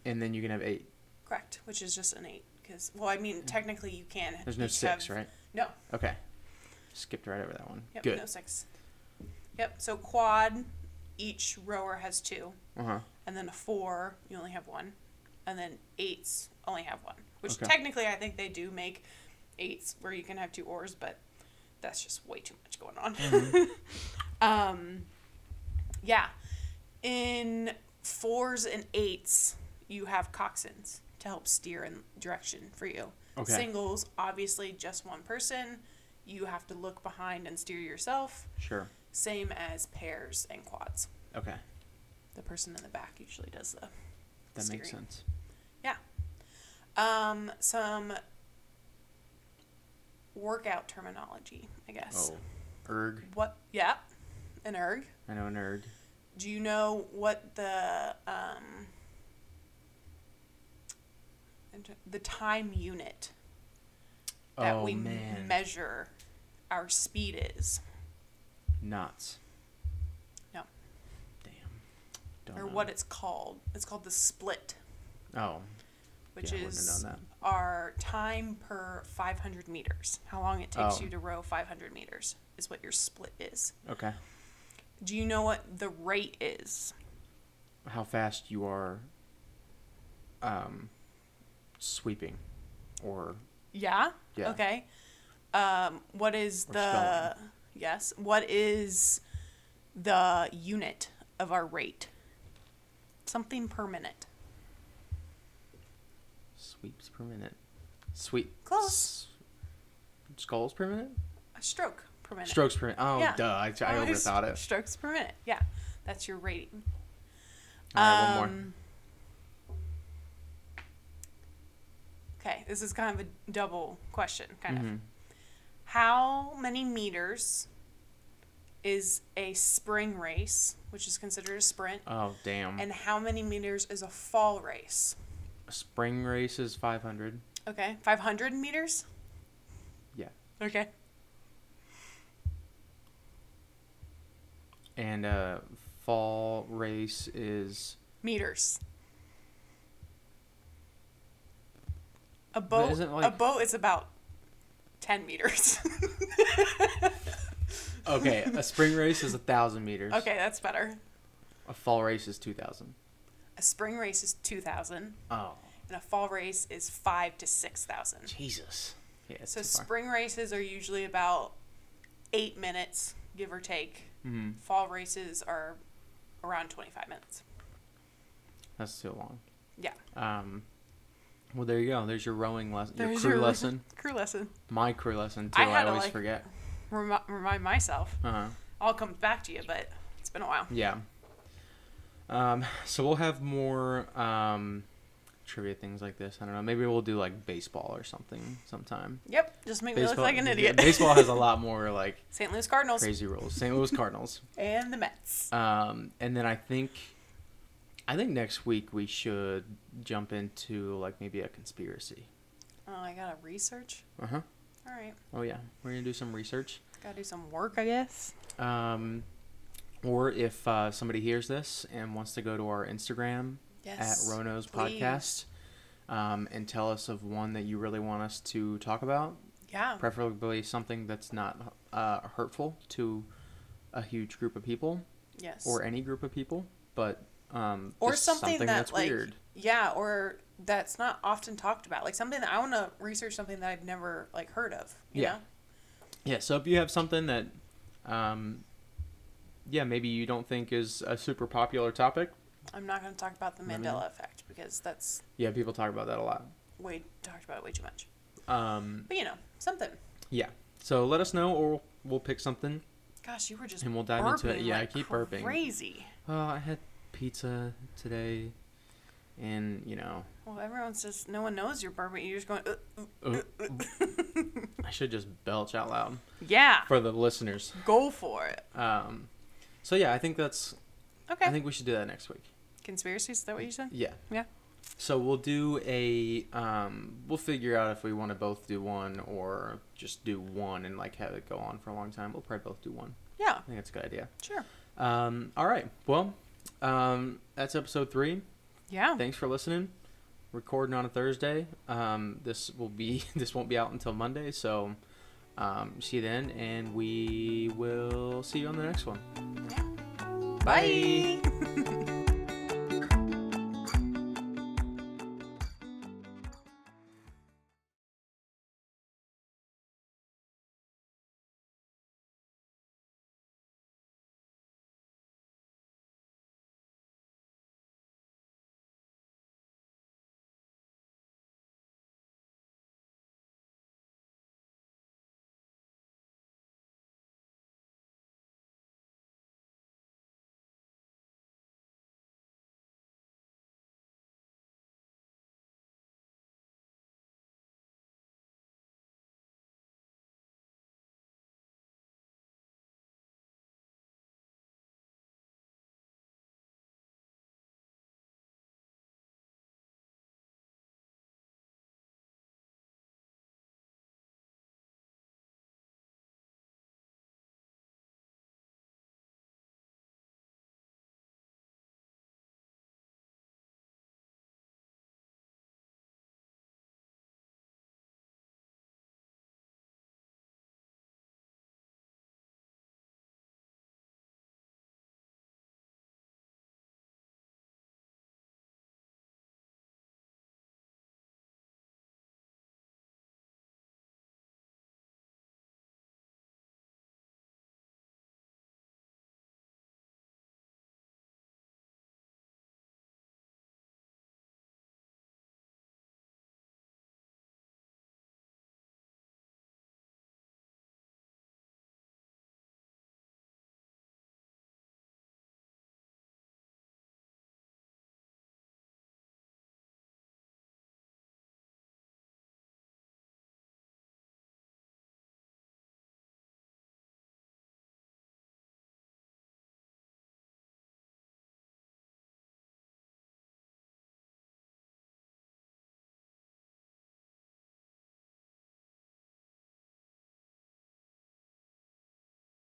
A: and then you can have eight.
B: Correct, which is just an eight. Because well, I mean, technically you can.
A: There's no
B: each
A: six,
B: have-
A: right?
B: No.
A: Okay. Skipped right over that one.
B: Yep.
A: Good.
B: No six. Yep. So quad, each rower has two,
A: Uh huh.
B: and then a four, you only have one, and then eights only have one. Which
A: Okay.
B: technically, I think they do make eights where you can have two oars, but that's just way too much going on.
A: Mm-hmm.
B: um, yeah. In fours and eights, you have coxswains to help steer in direction for you.
A: Okay.
B: Singles, obviously, just one person. You have to look behind and steer yourself.
A: Sure.
B: Same as pairs and quads.
A: Okay.
B: The person in the back usually does the.
A: That makes
B: Steering.
A: sense.
B: Um, some workout terminology, I guess.
A: Oh, erg.
B: What? Yeah, an erg.
A: I know an erg.
B: Do you know what the um int- the time unit that
A: oh
B: we
A: man,
B: measure our speed is,
A: knots.
B: No.
A: Damn. Don't
B: or
A: know.
B: what it's called? It's called the split,
A: Oh,
B: which
A: yeah, I wouldn't have
B: is
A: known
B: our time per 500 meters. How long it takes
A: Oh.
B: you to row 500 meters is what your split is.
A: that. Okay.
B: Do you know what the rate is?
A: How fast you are. Um, sweeping, or
B: Yeah.
A: Yeah.
B: Okay. Um, what is
A: Or
B: the yes? What is the unit of our rate? Something per minute.
A: sweeps per minute. Sweep.
B: Close.
A: S- skulls per minute.
B: A stroke per minute.
A: Strokes per minute. Oh,
B: Yeah.
A: duh! I, I
B: Always
A: overthought it.
B: Strokes per minute. Yeah, that's your rating.
A: All right, one more.
B: Um, Okay, this is kind of a double question, kind of.
A: Mhm.
B: How many meters is a spring race, which is considered a sprint,
A: Oh damn!
B: and how many meters is a fall race?
A: Spring race is five hundred.
B: Okay, 500 meters?
A: Yeah.
B: Okay.
A: And uh, fall race is
B: meters. A
A: But
B: boat.
A: isn't,
B: a
A: like-
B: boat is about ten meters.
A: Okay, a spring race is a thousand meters.
B: okay, that's better.
A: A fall race is two thousand.
B: A spring race is two thousand,
A: Oh,
B: and a fall race is five to six thousand.
A: Jesus. Yeah, it's
B: So
A: too far.
B: spring races are usually about eight minutes, give or take.
A: Mhm.
B: Fall races are around twenty-five minutes.
A: That's too long.
B: Yeah.
A: Um, well, there you go. There's your rowing lesson, your
B: There's
A: crew
B: your-
A: lesson,
B: Crew lesson.
A: my crew lesson too.
B: I
A: I,
B: had to,
A: always
B: like-
A: forget.
B: Remi- remind myself.
A: Uh huh.
B: I'll come back to you, but it's been a while.
A: Yeah. Um, so we'll have more um, trivia things like this. I don't know. Maybe we'll do like baseball or something sometime.
B: Yep, just make me
A: Baseball,
B: look like an
A: yeah,
B: idiot.
A: baseball has a lot more like
B: St. Louis Cardinals
A: crazy rules. St. Louis Cardinals.
B: and the Mets.
A: Um, and then I think, I think next week we should jump into like maybe a conspiracy.
B: Oh, I gotta research.
A: Uh huh.
B: All right,
A: Oh yeah, we're gonna do some research.
B: gotta do some work, I guess.
A: Um, or if uh, somebody hears this and wants to go to our Instagram
B: Yes.
A: at Rono's
B: please.
A: podcast um, and tell us of one that you really want us to talk about,
B: Yeah.
A: preferably something that's not uh, hurtful to a huge group of people
B: Yes.
A: or any group of people, but um,
B: Or
A: just
B: something, that like yeah, or that's not often talked about. Like something that I want to research something that I've never like heard of. You
A: Yeah.
B: Know?
A: Yeah, so if you have something that, um, yeah, maybe you don't think is a super popular topic.
B: I'm not gonna talk about the
A: Let me
B: Mandela effect because that's
A: Yeah, people talk about that a lot.
B: way talked about it way too much.
A: Um,
B: But you know something.
A: yeah, so let us know, or we'll pick something.
B: Gosh, you were just
A: And we'll dive into it.
B: burping
A: Yeah, I
B: like
A: keep burping.
B: Crazy.
A: Oh, I had pizza today, and you know,
B: Well, everyone's just no one knows you're burping. You're just going. "Uh, uh,
A: uh, I should just belch out loud
B: Yeah,
A: for the listeners.
B: go for it.
A: Um, so yeah, I think that's.
B: Okay.
A: I think we should do that next week.
B: Conspiracies, is that what you said?
A: Yeah.
B: Yeah.
A: So we'll do a um we'll figure out if we want to both do one or just do one and like have it go on for a long time. We'll probably both do one.
B: Yeah,
A: I think that's a good idea.
B: sure.
A: Um all right. Well, um that's episode 3.
B: Yeah.
A: Thanks for listening. Recording on a Thursday. Um this will be this won't be out until Monday, so um see you then and we will see you on the next one.
B: Bye.